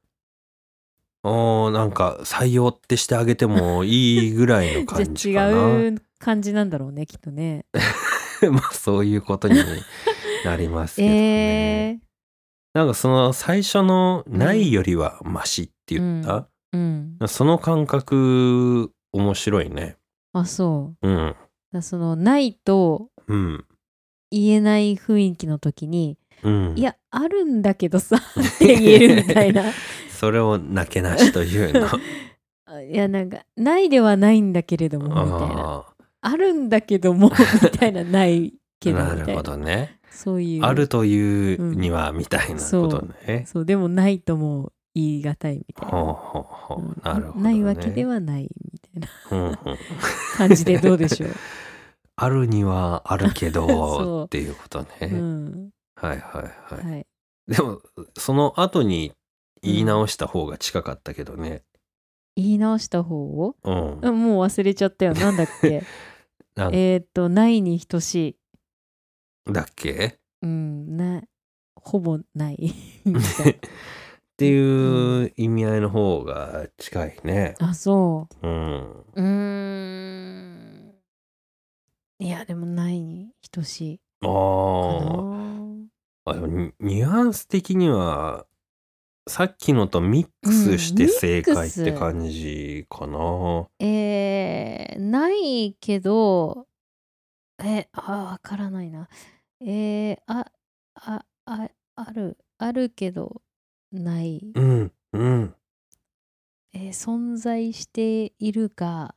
A: ああ、なんか採用ってしてあげてもいいぐらいの
B: う
A: 感じ
B: じゃ
A: か
B: あ
A: な。
B: 違う感じなんだろうね、きっとね。
A: まあそういうことになりますけどね。
B: えー、
A: なんかその最初の「ないよりはマシ」って言った、
B: うん。
A: その感覚面白いね。
B: あ、そう。
A: うん。
B: だからその、ないと
A: うん。
B: 言えない雰囲気の時に、
A: うん、
B: いや、あるんだけどさ、っ て言えるみたいな。
A: それをなけなしという の
B: いや、なんか、ないではないんだけれども、みたいな。
A: あ
B: あるんだけど もみたいなないけ
A: ー
B: どみ
A: な
B: たいな
A: るほどね、
B: そういう
A: あるというにはみたいなことね、
B: そうでもないとも言い難いみたいな
A: ほうほうほう、
B: うん
A: なるほど、ね、
B: ないわけで、はないみたいな
A: うんうん、
B: 感じでどうでしょう、
A: あるにはあるけ
B: そ
A: ど
B: う
A: っていうことね、
B: うん
A: はいはいはい、
B: はい、
A: でもその後に言い直した方が近かったけどね
B: 言い直した方を
A: うん、
B: うんもう忘れちゃった よなんだっけ
A: なん
B: えーっと「ないに等しい」
A: だっけ
B: うんなほぼないみたい
A: っていう意味合いの方が近いね。
B: なあそ
A: うん。
B: ううーんいやでもないに等しい
A: あ
B: かな
A: ーあ。でもニニュアンス的には、さっきのとミックスして正解って感じかな。
B: えー、ないけど、え、あ、わからないな。えー、あ、あ、あ、ある、あるけど、ない。
A: うん。 うん。
B: えー存在しているが、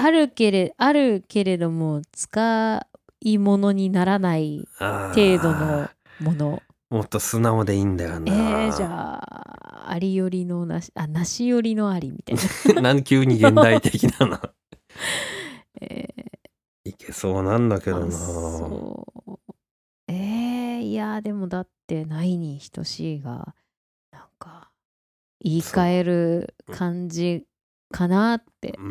B: あるけれ、あるけれども、使い物にならない
A: あー
B: 程度のもの。
A: もっと素直でいいんだよ
B: え
A: な。
B: ー、じゃあ、ありよりのなし、あ、なしよりのありみ たいな。
A: なん急に現代的 だな。
B: えー
A: いけそうなんだけど
B: あ
A: な。
B: そうえー、いやでもだってないに等しいがなんか言い換える感じかなって
A: う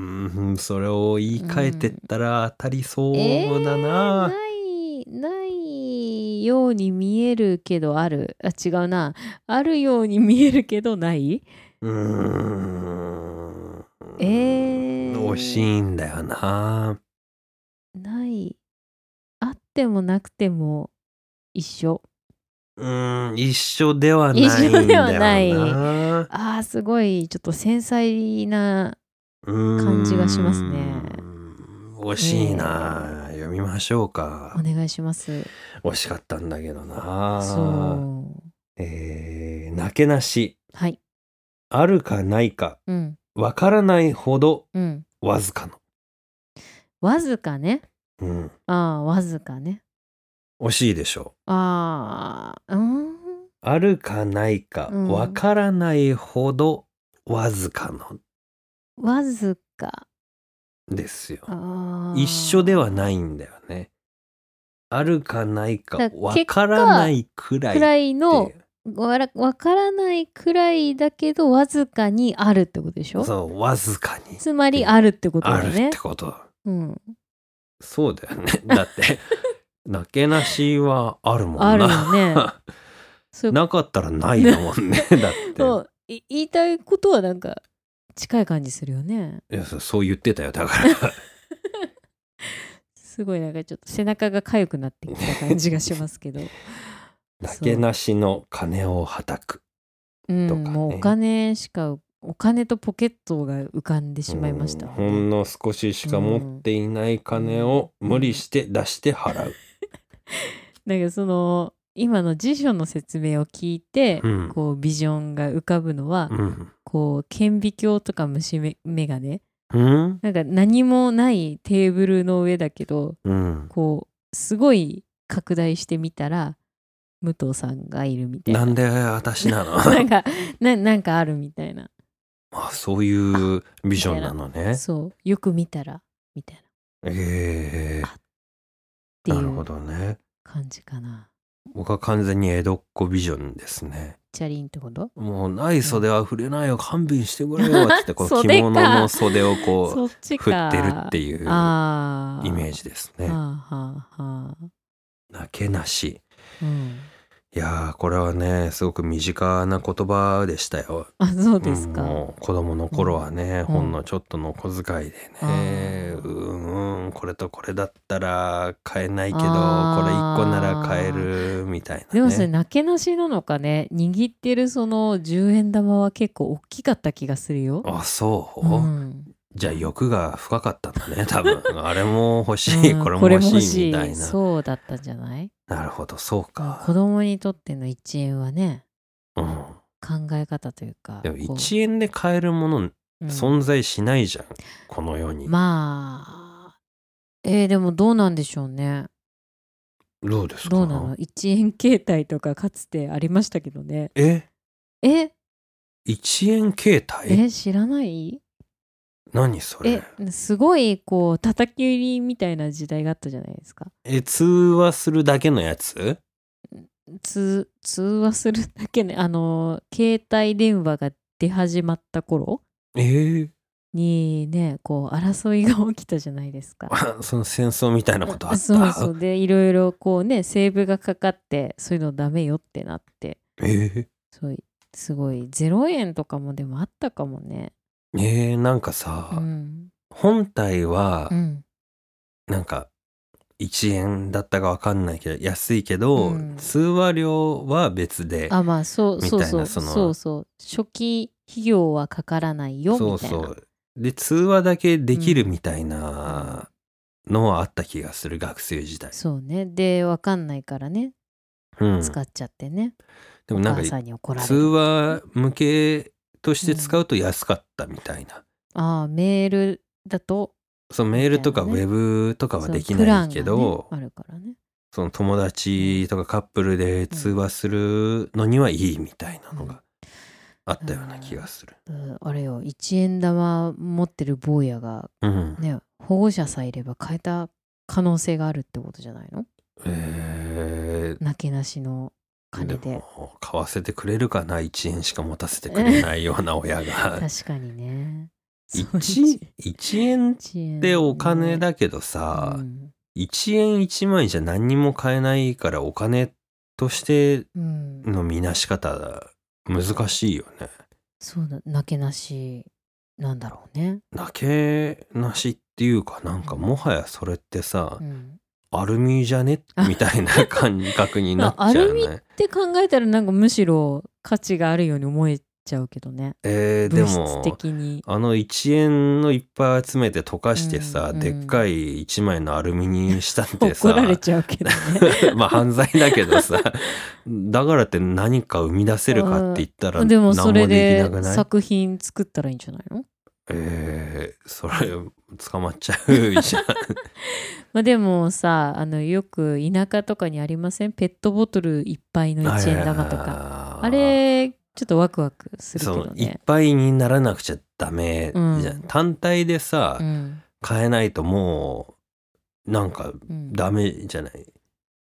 A: ん、それを言い換えてったら当たりそ
B: え
A: うだな。
B: ーないないように見えるけどあるあ違うなあるように見えるけどないう
A: ーん。
B: えー
A: 惜しいんだよな。
B: ないあってもなくても一緒
A: うーん、一緒ではないんだよな。
B: 一緒ではないあーすごいちょっと繊細な 感じがしますね
A: うーん。惜しいな。読みましょう
B: お
A: か。
B: 願いします
A: 惜しかったんだけどな。
B: そう
A: えー、なけなし。
B: はい
A: あるかないか。
B: うん
A: わからないほど
B: うん
A: わずかの。
B: わずかね
A: うん。
B: ああわずかね
A: 惜しいでしょう。
B: ああうん
A: あるかないか、
B: うん
A: わからないほどわずかの
B: わずか
A: ですよ。
B: あー
A: 一緒ではないんだよね。あるかないか
B: だ、
A: わからないくらい
B: くらい
A: っ
B: の
A: ていう
B: わらわからないくらいだけどわずかにあるってことでしょ
A: そう、わずかに
B: つまりあるってことだ
A: ある
B: よ
A: って
B: ね
A: こと。
B: うん
A: そうだよね。だって、なけなしはあるもんな。
B: あるよ ねそういうこ
A: なかったらないだ もんね。だって。
B: とい言いたいことはなんか近い感じするよね
A: いやそそう言ってたよ。だから。
B: すごいなんかちょっと背中が痒くなってきた感じがします けど
A: なけなしの金をはたく。
B: うん、
A: とかね
B: もうお金しかお金とポケットが浮かんでしまいました、
A: うんほんの少ししか持っていない金を無理して出して払う。
B: なんかその今の辞書の説明を聞いて、
A: うん
B: こうビジョンが浮かぶのは、
A: うん
B: こう顕微鏡とか虫眼鏡
A: うん
B: なんか何もないテーブルの上だけど
A: うん。
B: こうすごい拡大してみたら武藤さんがいるみたいな
A: なんで私なの
B: なん かななんかあるみたいな
A: あそういうビジョンなのね。
B: そうよく見たらみたいなって
A: ええ
B: い
A: なるほ
B: う
A: どね。
B: 感じかな
A: 僕は完全に江戸っ子ビジョンですね。
B: チャリンってこと
A: もうない袖は触れないよ勘弁してく れよっつってこう着
B: 袖か
A: 物の袖を こ
B: そっ
A: う
B: ち
A: 振
B: か
A: ってるっていうイメ
B: あ
A: ー
B: ジ
A: ジです
B: はあ
A: ね。
B: はあはあ
A: なけなし。
B: うん
A: いやーこれはねすごく身近な言葉でしたよ。
B: あそうですか、
A: んもう子供の頃はね、ほんのちょっとのお小遣いでね、
B: あー
A: うんうんこれとこれだったら買えないけどこれ1
B: あー
A: 個なら買えるみたいな、ね、
B: でもそれなけなしなのかね握ってるその10円玉は結構大きかった気がするよ。
A: あそう、
B: うん
A: じゃあ欲が深かったんだね多分あれも欲しい、
B: うん
A: これも欲しいみたいな
B: そうだったんじゃない
A: なるほどそう
B: 子
A: か、
B: 供にとっての1円はね
A: うん、
B: 考え方というか
A: でも
B: こう
A: 1円で買えるもの
B: うん
A: 存在しないじゃん、この世に、
B: まあえーでもどうなんでしょうね
A: どうですか
B: どうなの1円携帯とかかつてありましたけどね
A: え
B: え
A: 1円携帯
B: え知らない
A: 何それ
B: えすごいこう叩き売りみたいな時代があったじゃないですか
A: え通話するだけのやつ
B: 通通話するだけね あの携帯電話が出始まった頃
A: えー、
B: にねこう争いが起きたじゃないです か。
A: あ その戦争みたいなことあった
B: そうそうでいろいろこうねセーブがかかってそういうのダメよってなって
A: え
B: そうすごい0円とかもでもあったかもね。
A: ー、えーなんか
B: う
A: さ、
B: ん、
A: 本体は
B: うん、
A: なんか1円だったかわかんないけど安いけど、
B: うん
A: 通話料は別で
B: あまあそう
A: み
B: そ
A: たいうな
B: そう
A: その
B: そうそう初期費用はかからないよみたいな
A: そうそうで通話だけできるみたいなのはあった気がする学生時代、
B: そうねでわかんないからね
A: うん、
B: 使っちゃってね、
A: でも
B: お
A: なん
B: 母さ
A: か
B: んに怒られ
A: 通
B: る
A: 話向けとして使うと安かったみたいな、
B: ああメールだと
A: そうメールとかウ
B: みたい
A: ェブとかは
B: その
A: でき
B: プラ
A: な
B: ン
A: い
B: が
A: けど
B: ね、あるからね
A: その友達とかカップルで通話するのにはいいみたいなのがあったような気がする。
B: うんあれよ1円玉持ってる坊やが
A: うん、
B: ね保護者さえいれば変えた可能性があるってことじゃないの
A: え
B: なけなしの
A: ー、
B: 金で
A: でも買わせてくれるかな1円しか持たせてくれないような 親が。
B: 確かにね
A: 1, 1円っ
B: 1円
A: てお金
B: ね
A: だけどさ、
B: うん
A: 1円1枚じゃ何にも買えないからお金として
B: うん
A: の見なし方難しいよね。
B: そうだなけなしなんだろうね、
A: なけなしっていうかなんかもはやそれってさ、
B: うん、
A: アルミじゃね
B: あ
A: みたいな感覚になっ ちゃうね。
B: って考えたらなんかむしろ価値があるように思えちゃうけどね
A: えーで
B: 物質
A: も
B: 的に
A: あの1円のいっぱい集めて溶かしてさ、
B: うんうん
A: でっかい1枚のアルミにしたって
B: 怒
A: さ
B: られちゃうけどね
A: まあ犯罪だけ どさだからって何か生み出せるかって言ったら
B: で
A: 何
B: もそ
A: もで
B: れ
A: き
B: で
A: なくない
B: 作品作ったらいいんじゃないの、
A: えーそれ捕まっちゃうじゃん。
B: まあ、でもさあのよく田舎とかにありませんペットボトルいっぱいの1円玉とか
A: か
B: あれちょっとワクワクするけ
A: そ
B: ど
A: ういっ
B: ね。
A: ぱいにならなくちゃダメじゃん。
B: うん
A: 単体でさ、
B: うん
A: 買えないともうなんか
B: うん
A: ダメじゃない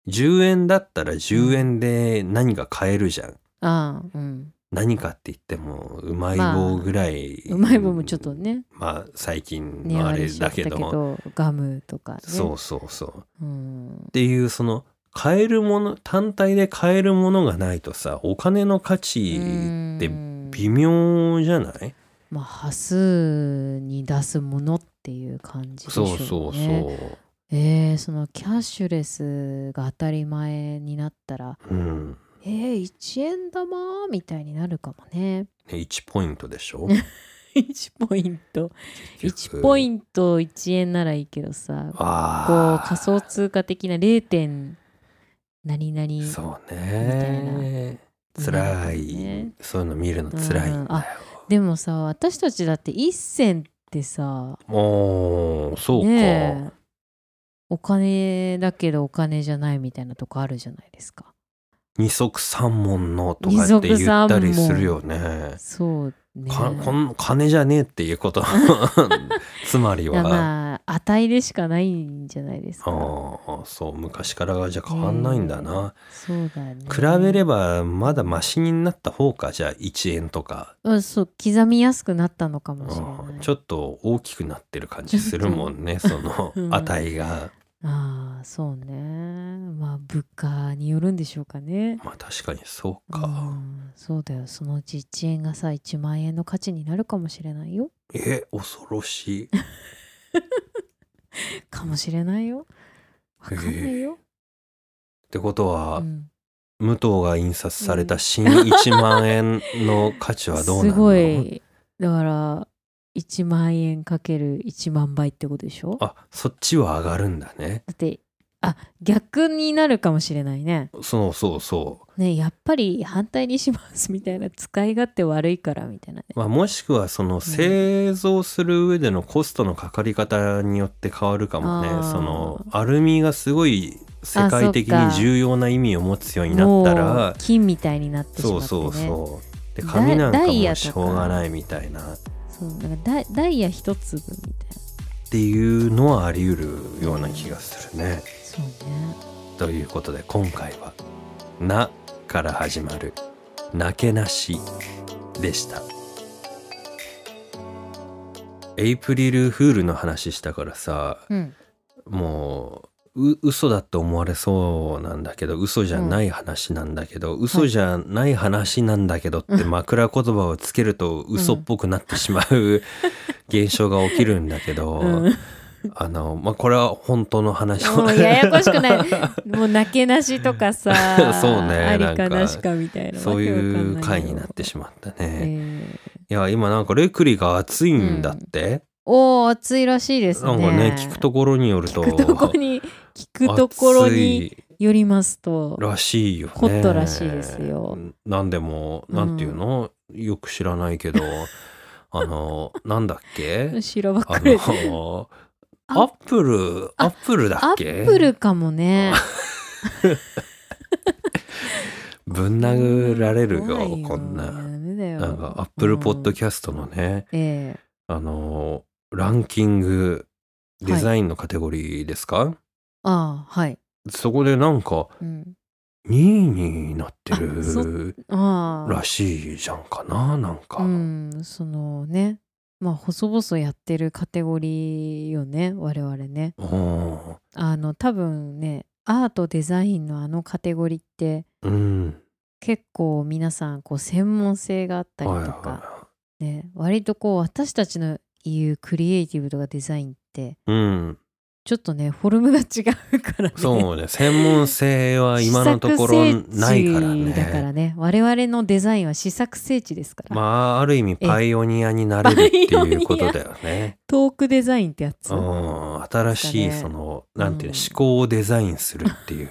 A: 10円だったら10円で何か買えるじゃん
B: ああうん
A: 何かって言ってもうまい棒ぐらい、
B: うまい棒もちょっとね
A: まあ最近
B: 値上
A: のあ
B: が
A: れ
B: りしちゃ
A: だ
B: ったけ
A: けど
B: どガムとかね
A: そうそうそうっ
B: うん
A: ていうその買えるもの単体で買えるものがないとさお金の価値って
B: うん
A: 微妙じゃない
B: まあ端数に出すものっていう感じでしょう
A: そう
B: ね。
A: そうそう、
B: えーそのキャッシュレスが当たり前になったら
A: うん
B: えー、1円玉みたいになるかも ね
A: ね1ポイント でしょ
B: 1ポイント1
A: 1
B: ポイ
A: ント
B: ント1円ならいいけどさ
A: あ
B: こう
A: ー
B: 仮想通貨的な 0. 点何々
A: そう
B: みた
A: ね辛い、
B: ね
A: そういうの見るの辛いんだよ
B: うんあでもさ私たちだって1銭っってさ
A: ああそうか、
B: ねえお金だけどお金じゃないみたいなとこあるじゃないですか
A: 二足三門のとかって言ったりするよね。
B: そうね
A: かこん金じゃねえっていうこと つまり
B: いや
A: は。
B: まあ値でしかないんじゃないです
A: あ
B: か
A: あそう昔からがじゃあ変わんないんだな、
B: そうだね
A: 比べればまだマシになった方かじゃあ1円とか、
B: うんそう刻みやすくなったのかもしれ
A: う
B: なんい
A: ちょっと大きくなってる感じする もんねその
B: うん
A: 値が、
B: ああそうねまあ物価によるんでしょうかね
A: まあ確かにそう
B: う
A: か、
B: んそうだよそのうち1円がさ1万円の価値になるかもしれないよ
A: え恐ろしい
B: かもしれないよわかんないよ、
A: ってことは、
B: うん
A: 武藤が印刷された新1万円の価値はどうな
B: す
A: の
B: ごいだから1万円かける1万倍ってことでしょだ
A: あそっちは上がるんだね
B: ってあ逆になるかもしれないね
A: そうそうそう
B: ねやっぱり反対にしますみたいな使い勝手悪いからみたいなね
A: まあ、もしくはその製造する上でのコストのかかり方によって変わるかもね、
B: あー
A: そのアルミがすごい世界的
B: あそっ
A: に
B: か
A: 重要な意味を持つようになった
B: もう
A: ら
B: 金みたいになってし
A: そ
B: まって、
A: う
B: ね、
A: そうそうで
B: だ
A: 紙なんか
B: ダイ
A: も
B: ヤ
A: う
B: とか
A: しょうがないみたいなっ
B: そうなんかダイダイヤ一粒みたいな
A: ていうのはあり得るような気がするね。
B: そうね
A: ということで今回は「な」から始まる「なけなし」でしたエイプリルフールの話したからさ
B: うん
A: もうう嘘だって思われそうなんだけど嘘じゃない話なんだけど、嘘じゃない話なんだけどって枕言葉をつけると嘘っぽくなってしま う現象が起きるんだけど、
B: うん
A: あのまあこれは本当の話
B: もうややこしくないもう泣けなしとかさ
A: そうね
B: あり
A: な
B: か
A: んか
B: なしかみたいな
A: そういう回になって
B: し
A: しまった
B: ま
A: ね。
B: えー
A: いや今なんかレクリが熱いんだって、
B: おー暑いらしいですね
A: なんかね聞くところによると
B: 聞くとこに聞くところに
A: 熱い
B: よりますと
A: らしいよね。
B: ホットらしいですよ。
A: なんでもなんていうの、よく知らな いけどあのなんだっけ
B: 後ろばっか
A: あ
B: り
A: の
B: あ
A: アップルアップルだ
B: ア
A: っけ
B: ップルかもね
A: ぶん殴られるよ
B: 怖い
A: こん
B: ダ
A: な。
B: メだよ
A: なんかアップルポッド
B: うん
A: キャストのね、
B: え
A: あのランキン
B: はい
A: グデザインのカテゴリーですか、
B: ーああはい、
A: そこでなんか
B: うん、
A: 2位になって
B: あそ
A: る
B: ああ
A: らしいじゃんかななんか、
B: うんそのねまあ細々やってるカテゴリーよね我々ね
A: うん
B: あの多分ねアートデザインのあのカテゴリーって
A: うん
B: 結構皆さんこう専門性があったり
A: はい
B: とか、
A: は
B: ね、割とこう私たちの言うクリエイティブとかデザインって
A: いうん
B: ちょっとねフォルムが違うからね
A: そ うね専門性は今のところないから
B: 試作聖地だから
A: ね
B: ね我々のデザインは試作聖地ですから、
A: まあある意味パイオニアになれるっていうことだよね。
B: トークデザインってやつ
A: うん、新しいその、なんていうの
B: うん
A: 思考をデザインするって いう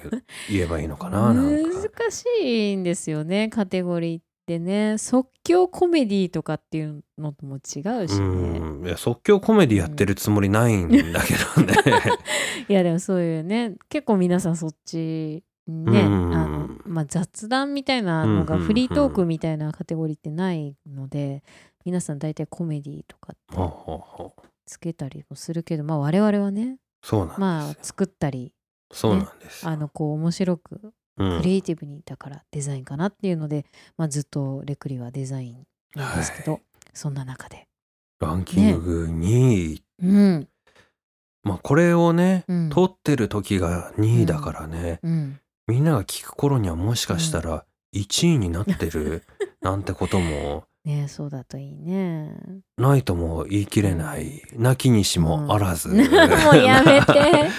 A: 言えばいいのかななんか
B: 難しいんですよねカテゴリーってね即興コメディとかっていうのとも違うしね
A: うんいや即興コメディやってるつもりないんだけどね。
B: いやでもそういうね結構皆さんそっちね、
A: うん
B: あのまあ、雑談みたいなのが
A: うんうんうん
B: フリートークみたいなカテゴリーってないので皆さん大体コメディとかって
A: ほうほうほう
B: つけたりもするけどまあ我々はね
A: そうなんです、
B: まあ作ったり
A: そうなんです。
B: あのこう面白く
A: う
B: ク
A: ん、
B: リエイティブにだからデザインかなっていうので、まあ、ずっとレクリはデザインなんですけど、
A: は
B: そんな中で。
A: ランキング2位、
B: うん
A: まあこれをね、
B: うん
A: 撮ってる時が2位だからね、
B: うん、
A: みんなが聞く頃にはもしかしたら1位になっ てるなんてことも
B: ねそうだといいね。
A: ないとも言い切れないなきにしもあらず、
B: もうやめて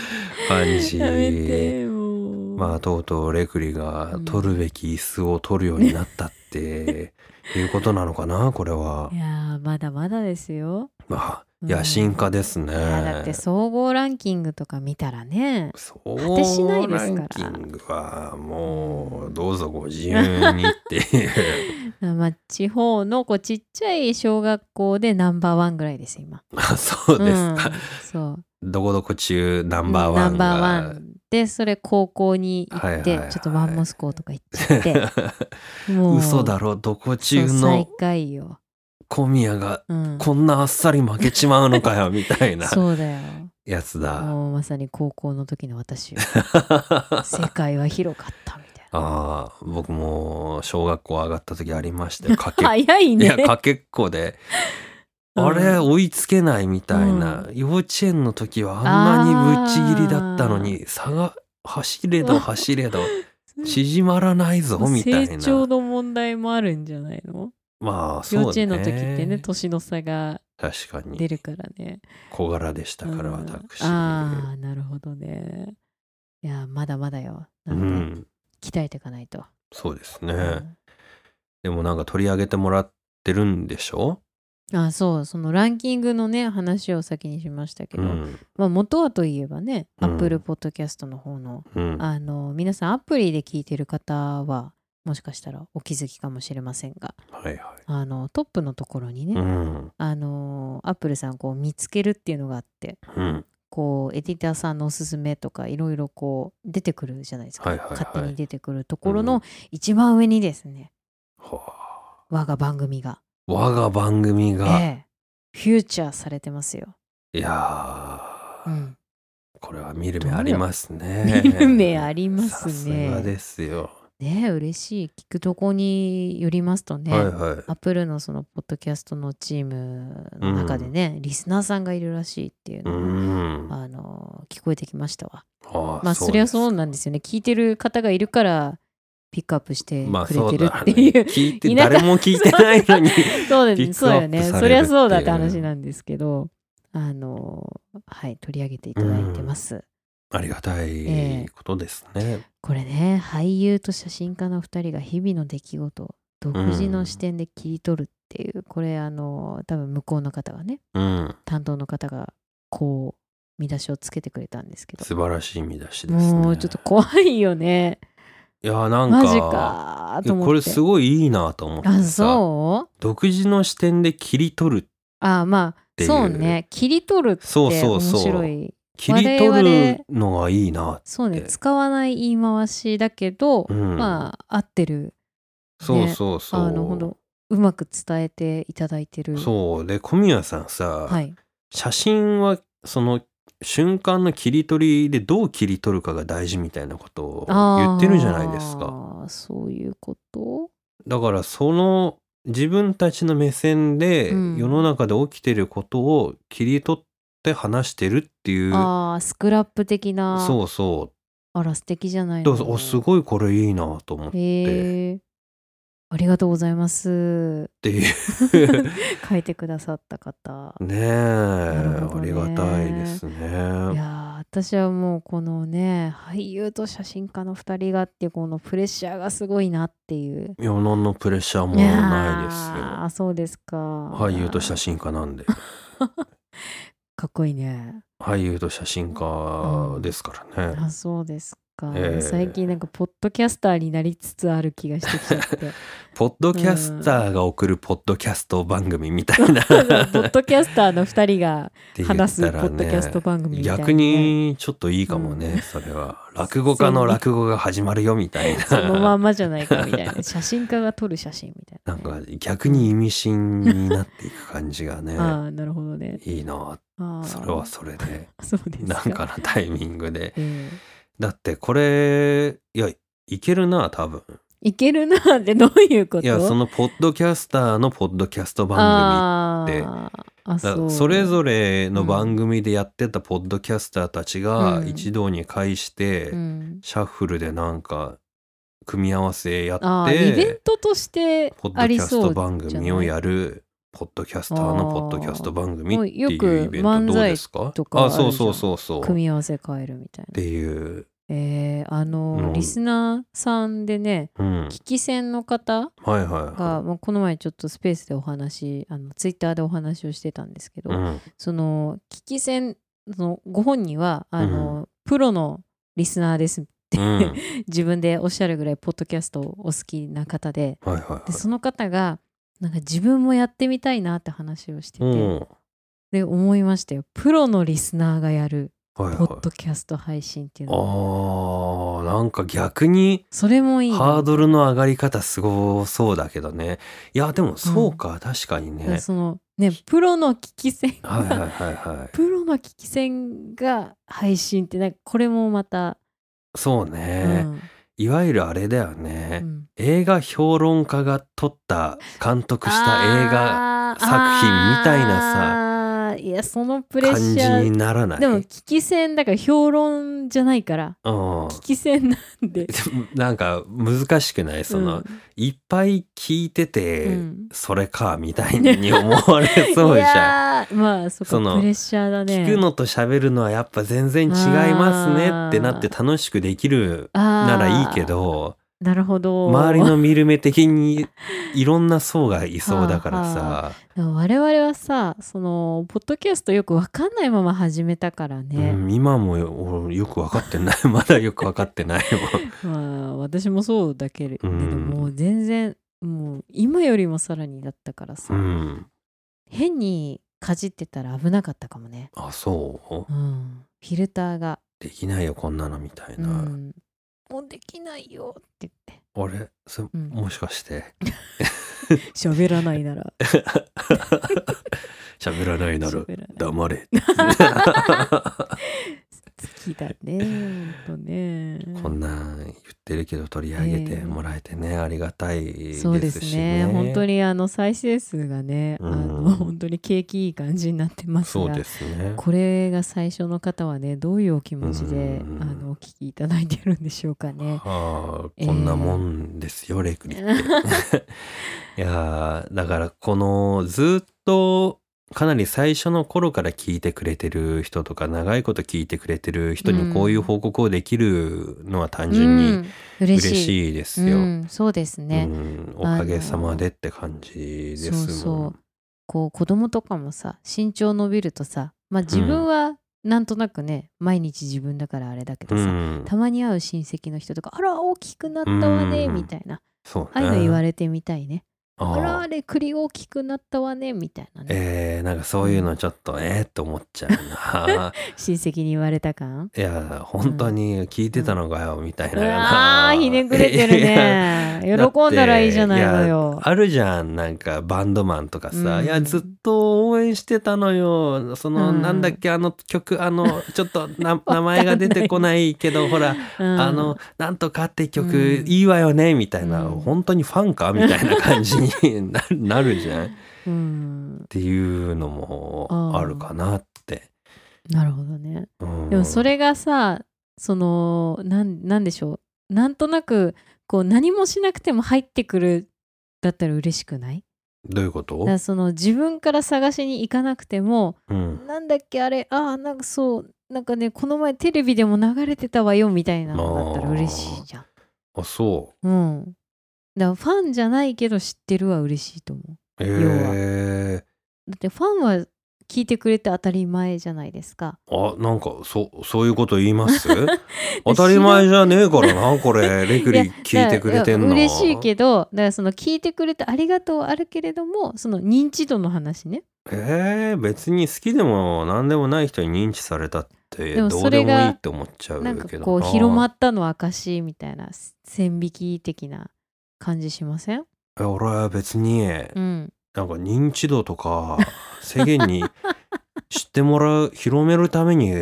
A: 感じ。
B: やめてもう。
A: まあとうとうレクリが取るべき椅子を取るようになったっていうことなのかなこれはい
B: 。やーまだまだですよ。
A: まあ野心家ですね。
B: いやだって総合ランキングとか見たらね
A: そう
B: 果てしないですから
A: ランキングはもうどうぞご自由にっていう
B: まあ地方のこうちっちゃい小学校でナンバーワンぐらいです今
A: あそうです か、
B: うん、
A: どこどこ中ナ
B: そう
A: ンバーワ
B: ナ
A: ン
B: ンバーワ
A: が
B: ンでそれ高校に行って、
A: はいはいはい
B: ちょっとワンモス校とか行っちゃってもう
A: 嘘だろどこ中
B: そう最
A: の
B: 下位よ、
A: 小宮が
B: うん、
A: こんなあっさり負けちまうのかよみたいな
B: そうだよ
A: やつだ。
B: もうまさに高校の時の私 よ世界は広かったみたいな
A: ああ僕も小学校上がった時ありました よかけっ
B: 早い
A: い
B: ね
A: やかけっこで
B: うん
A: あれ追いつけないみたいな、幼稚園の時はあんなにぶっちぎりだったのに差が走れど走 れど縮まらないぞみたい
B: 成長
A: な
B: の問題もあるんじゃないの、
A: まあそうね
B: 幼稚園の時ってね年の差が
A: 確か
B: 出
A: に
B: るからね
A: 小柄でしたか
B: う
A: ら
B: ん
A: 私
B: ああなるほどねいやまだまだよな
A: うん
B: で、
A: ん
B: 鍛えていかないと、
A: そうですね、
B: うん
A: でもなんか取り上げてもらってるんでしょ、
B: あそうそのランキングのね話を先にしましたけ
A: う
B: ど、
A: ん
B: まあ元はといえばね、
A: うん
B: Apple Podcast の方の
A: うん、
B: あの皆さんアプリで聞いてる方はもしかしたらお気づきかもしれませんが
A: はいは
B: あのトップのところに
A: い、
B: ね、
A: うん
B: あのアップルさんこう見つけるっていうのがあって
A: うん、
B: こうエディターさんのおすすめとかいろいろこう出てくるじゃないですか、
A: はいはいはい
B: 勝手に出てくるところ
A: う
B: の一番上にですね、
A: はあ
B: 我が番組が、
A: 我が番組が、
B: ええ、フューチャーされてますよ。
A: いやー、
B: うん
A: これは見る目ありますね。
B: 見る目ありますね
A: さすがですよ。
B: ねえ嬉しい聞くとこによりますとね、
A: はいはい。
B: アップルのそのポッドキャストのチームの中でね、リスナーさんがいるらしいっていう
A: う
B: のが、
A: ん。
B: あの聞こえてきましたわ。
A: あ
B: まあそりゃそう
A: う
B: なんですよね聞いてる方がいるからピックアップして
A: まあ
B: く
A: そ
B: れ
A: う
B: てる
A: だ
B: ってい
A: ね
B: う、そう
A: 聞いて
B: 田舎
A: 誰も聞いてないの
B: だね
A: にピッ
B: そう
A: クアップ
B: よね
A: される
B: そりゃそうだっ
A: って
B: て
A: いう
B: 話なんですけどあのはい取り上げていただいてます、
A: ありがた
B: ええ
A: いことですね。
B: これね俳優と写真家の2人が日々の出来事を独自の視点で切り取るっていう、これあの多分向こうの方がね
A: うん。
B: 担当の方がこう見出しをつけてくれたんですけど
A: 素晴らしい見出しですね。
B: もうちょっと怖いよね
A: いやなんか
B: マジか
A: い
B: と
A: や
B: 思って
A: これすごいいいなと思って
B: あ
A: さ
B: そう
A: 独自の視点で切り取る
B: あまあ
A: ていう
B: そうね切り取るって
A: そうそう
B: 面
A: そう
B: 白い
A: 切り取るのがいいな
B: そうね
A: で
B: 使わない言い回しだけど、
A: うん
B: まあ合ってる
A: そうそうそう、
B: あのほんとうまく伝えていただいてる
A: そうで小宮さんさ、
B: はい
A: 写真はその瞬間の切り取りでどう切り取るかが大事みたいなことを言ってるじゃないですか
B: あーそういうこと
A: だからその自分たちの目線で
B: うん
A: 世の中で起きてることを切り取って話してるっていう、
B: あースクラップ的な
A: そうそ
B: あら素敵じゃな
A: う
B: い
A: ど
B: の
A: うぞおすごいこれいいなと思っ
B: へえありがとうございます
A: ていう
B: 書いてくださった方
A: ねえ
B: るほ
A: あ
B: どね
A: りがたいです
B: い
A: ね。
B: やー私はもうこのね俳優と写真家の2人がっていうこのプレッシャーがすごいなっていう
A: 世ののプレッシャーも
B: いや
A: ないです
B: ーそうですか
A: よ。俳優と写
B: 真
A: 真 家なんで。
B: かっこいいね
A: 俳優と写真家ですからね。
B: あそうですか、
A: ええ
B: 最近なんかポッドキャスターになりつつある気がしてきちゃって
A: ポッドキャスターが送るポッドキャスト番組みたい な、
B: ポッドキャスターの2人が
A: って言ったらね
B: 話すポッドキャスト番組みたいなね
A: 逆にちょっといいかもね、
B: う
A: それは落語家の落語が始まるよみた い
B: そのま
A: な。
B: んまじゃないかみたいな写真家が撮る写真みたいな
A: なんか逆に意味深になっていく感じが ね
B: ああなるほどね
A: いいな
B: あー
A: それはそれ で
B: そうです
A: なんかのタイミングで
B: え
A: だってこれいやいけるな多分
B: えいけるなーってどういうこと
A: いやそのポッドキャスターのポッドキャスト番組って
B: あーあ
A: だ
B: そう
A: それぞれの番組でやってたポッドキャスターたちが
B: うん
A: 一堂に会して、
B: うん
A: シャッフルでなんか組み合わせや
B: あ
A: っ
B: ーイベン
A: て
B: トとして
A: ポッド
B: あ
A: キ
B: り
A: ャス
B: そう
A: ト番組をやるポッドキャスターのポッドキャスト番組って
B: あー
A: いうイベントどうですか
B: よく漫才とかあ
A: あ
B: るじゃん
A: そうそうそうそうっ
B: 組み合わせ変えるみたいな
A: ていう
B: えーあの、
A: うん
B: リスナーさんでね
A: うん。
B: 聞き戦の方
A: はいはいは
B: が、まあ、この前ちょっとスペースでお話あのツイッターでお話をしてたんですけ
A: い。
B: ど、
A: うん。
B: その聞き戦そのご本人はあの、プロのリスナーです
A: うん。はい
B: 自分でおっしゃるぐらいポッドキャストをお好きな方で
A: はいはい
B: で。その方がなんか自分もやってみたいなって話をしてて、
A: うん。はい
B: で思いましたよプロのリスナーがやる
A: はい。
B: ポッドキャスト配信っていうのは
A: ああ、なんか逆に
B: それもいいね
A: ハードルの上がり方すごそうだけどね。いや、でもそうか、確かに
B: だから
A: ね。
B: そのねプロの聞き戦が、
A: はいはいはいはい。
B: プロの聞き戦が配信ってなんかこれもまた、
A: そうね
B: う。ん
A: いわゆるあれだよ
B: う
A: ね。
B: ん
A: 映画評論家が撮った、監督した映画
B: あー
A: 作品みたいな
B: あ
A: さ
B: ーいやそのプレッ
A: 感
B: シ
A: じ
B: ャ
A: に
B: ー
A: ならない。
B: で も聞き戦だから評論じゃないから
A: うん。
B: 聞き戦なんで
A: なんか難しくない その、
B: うん
A: いっぱい聞いてて、
B: うん
A: それかみたいに思われそうじゃん。
B: いやーまあそ
A: そ
B: こ
A: の
B: プレッシャーだね
A: 聞くのと喋るのはやっぱ全然違いますねってなって楽しくできるな
B: な
A: らいいけど
B: なるほど
A: 周りの見る目的にいろんな層がいそうだからさ、
B: はあでも我々はさそのポッドキャストよくわかんないまま始めたから
A: う
B: ね、
A: ん、今もよ俺よく分かってない まだよく分かってないよ。
B: まあ私もそうだけれど、
A: うん
B: もう全然もう今よりもさらにだったからさ、
A: うん、
B: 変にかじってたら危なかったかもね、
A: あそう
B: うん、フィルターが、
A: できないよこんなのみたいうな。
B: ん、もうできないよって言って
A: あれそれ
B: うん
A: もしかして。
B: 喋らないなら
A: 喋らないな ら
B: 喋らない
A: 黙れ
B: 好きだねほんとね
A: こんなん言ってるけど取り上げてもらえてね、ありがたいですしね
B: そうですね本当にあの再生数がね、
A: うん
B: あの本当に景気いい感じになってます
A: そう
B: が
A: ですね
B: これが最初の方はねどういうお気持ちで、
A: うん
B: あのお聞きいただいてるんでしょうかね。
A: は
B: えー
A: あこんなもんですよ、レクリっていやーだからこのずっとかなり最初の頃から聞いてくれてる人とか長いこと聞いてくれてる人にこういう報告をできるのは単純
B: う
A: に
B: ん嬉
A: 嬉
B: しい
A: しいですよ。
B: うん、そうですね、
A: うん、おかげさまでって感じですもん。
B: そうそうこう子供とかもさ身長伸びるとさまあ自分はなんとなくね、毎日自分だからあれだけど
A: う
B: さ、
A: ん、
B: たまに会う親戚の人とか「あら大きくなったわね」
A: うん
B: みたいな
A: そうね
B: ああいうの言われてみたいね。
A: あ
B: あ
A: ー
B: らあれ栗大きくなったわねみたいなね、
A: えー、なんかそういうのちょっとえー、と思っちゃう な。
B: 親戚に言われた感
A: いや本当に聞いてたのかよ、みたいなな。
B: あーひねくれてる
A: いや。
B: ね喜んだらいいじゃないのよ
A: あるじゃんなんかバンドマンとかさ、
B: うん
A: いやずっと応援してたのよその、
B: うん
A: なんだっけあの曲あのちょっと な名前が出てこないけどほら
B: うん
A: あの「なんとか」って曲、
B: うん
A: いいわよねみたいな、
B: うん
A: 本当にファンかみたいな感じに ななるじゃんっ
B: うん
A: ていうのもあるかなって。
B: なるほどね
A: うん
B: でもそれがさそのなんなんでしょうなんとなくこう何もしなくても入ってくるだったら嬉しくない
A: どういうこと
B: だからその自分から探しに行かなくても
A: うん
B: なんだっけあれあーなんかそうなんかねこの前テレビでも流れてたわよみたいなのだったら嬉しいじゃん
A: あそ
B: うん。だからファンじゃないけど知ってるは嬉しいと思う。
A: うへえ
B: だってファンは聞いてくれて当たり前じゃないですか。
A: あなんかそそういうこと言います 当たり前じゃねえからなこれレクリ聞いてくれてんの
B: だからいや嬉しいけど、だからその聞いてくれてありがとうはあるけれども、その認知度の話ね。
A: えー、別に好きでも何でもない人に認知されたって
B: でも
A: どう
B: そ
A: で
B: れ
A: も
B: が
A: いいって思っちゃうけど
B: なんかこう広まったの証みたいな線引き的な感じしません？
A: え俺は別に
B: うん。
A: なんか認知度とか世間に知ってもらう広めるために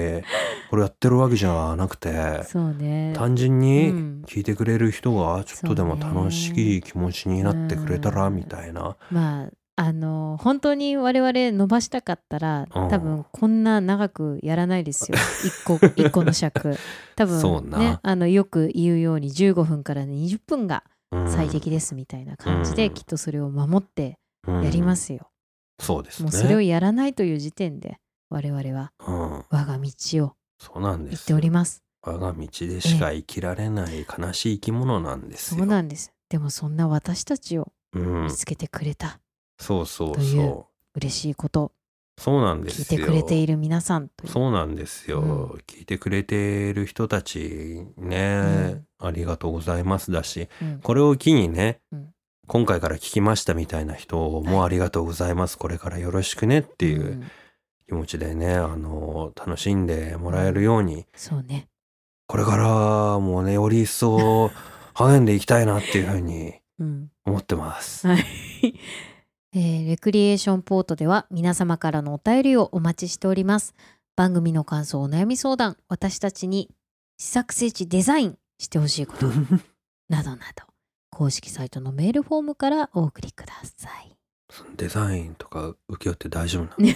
A: これやってるわけじゃなくて
B: そうね。
A: 単純
B: う
A: に
B: ん
A: 聞いてくれる人がちょっとでも楽しい気持ちになってくれたら
B: そうね
A: みたいな
B: まああの本当に我々伸ばしたかったら、
A: うん
B: 多分こんな長くやらない ですよ一個一個の尺多
A: そう
B: 分、
A: な
B: ね、あのよく言うように15分から20分が
A: うん
B: 最適ですみたいな感じで、
A: うん、
B: きっとそれを守ってやりますすよ、
A: うんそうですね
B: もうそれをやらないという時点で我々は
A: うん、
B: 我が道を
A: そうなんで
B: 行っ
A: す
B: ております
A: 我が道でしか生きられない悲しい生き物なんです
B: そう
A: よ。
B: なんですでもそんな私たちを
A: うん
B: 見、つけてくれた、
A: そうそう
B: という
A: そ
B: 嬉しいこと
A: う。そうなんで
B: 聞い
A: す
B: て
A: よ。
B: くれている皆さんという
A: そうなんですよ、
B: うん
A: 聞いてくれている人たちね、ありがとうございますだし
B: うん
A: これを機にね、
B: うん
A: 今回から聞きましたみたいな人もありがとうございます、これからよろしくねっていうん気持ちでね、あの楽しんでもらえるように
B: そうね
A: これからもねより一層励んでいきたいなっていうふうに
B: うん
A: 思ってます。
B: はい、えーレクリエーションポートでは皆様からのお便りをお待ちしております番組の感想お悩み相談私たちに試作聖地デザインしてほしいことなどなど公式サイトのメールフォームからお送りください
A: デザインとか受け負って大丈夫なの、
B: ね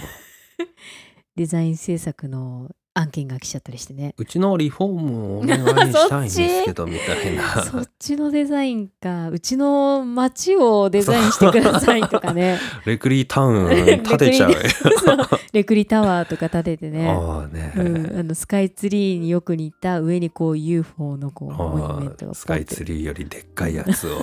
B: デザイン制作の案件が来ちゃったりしてね
A: うちのリフォームをお願いしたいんですけどみたい な。
B: そっちのデザインかうちの街をデザインしてくださいとかね
A: レクリータウン建てちゃ う。
B: レク そうレクリタワーとか建ててね
A: ああね、
B: うん、あのスカイツリーによく似た上にこう UFO のこうモニュメント
A: あ
B: が
A: あスカイツ
B: リ
A: リーよりでっかいやつ を
B: ー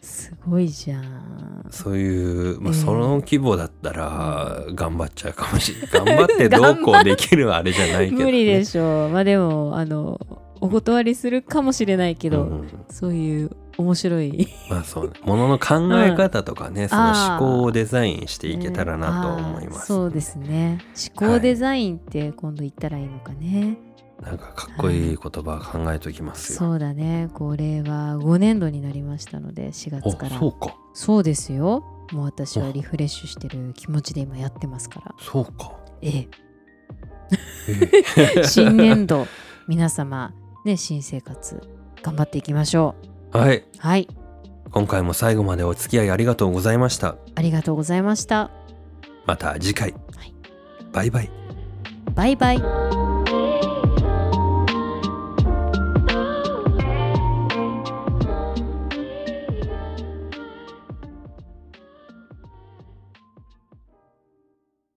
B: すごいじゃん
A: そういう、まあ、
B: ええ
A: その規模だったら頑張っちゃうかもし れない頑張ってどうこうできるあれじゃないけど、ね、
B: 無理で
A: し
B: しょうまあでもあのお断りするかもしれないけど、そういう面白い
A: まあそうねものの考え方とかね、その思考をデザインしていけたらなと思いま
B: あー
A: す、
B: そうですね思考デザインって今度言ったらいいのかね、
A: なんかかっこいい言葉考えときますよ、
B: そうだねこれは5年度になりましたので4月か
A: あ
B: ら
A: そうか
B: そうですよもう私はリフレッシュしてる気持ちで今やってますから
A: そうか、
B: ええ
A: え え
B: 新年度皆様ね新生活頑張っていきましょ
A: はいう
B: はい
A: 今回も最後までお付き合いありがとうございました
B: ありがとうございました
A: また次回、バイバイ
B: バイバイ
A: 「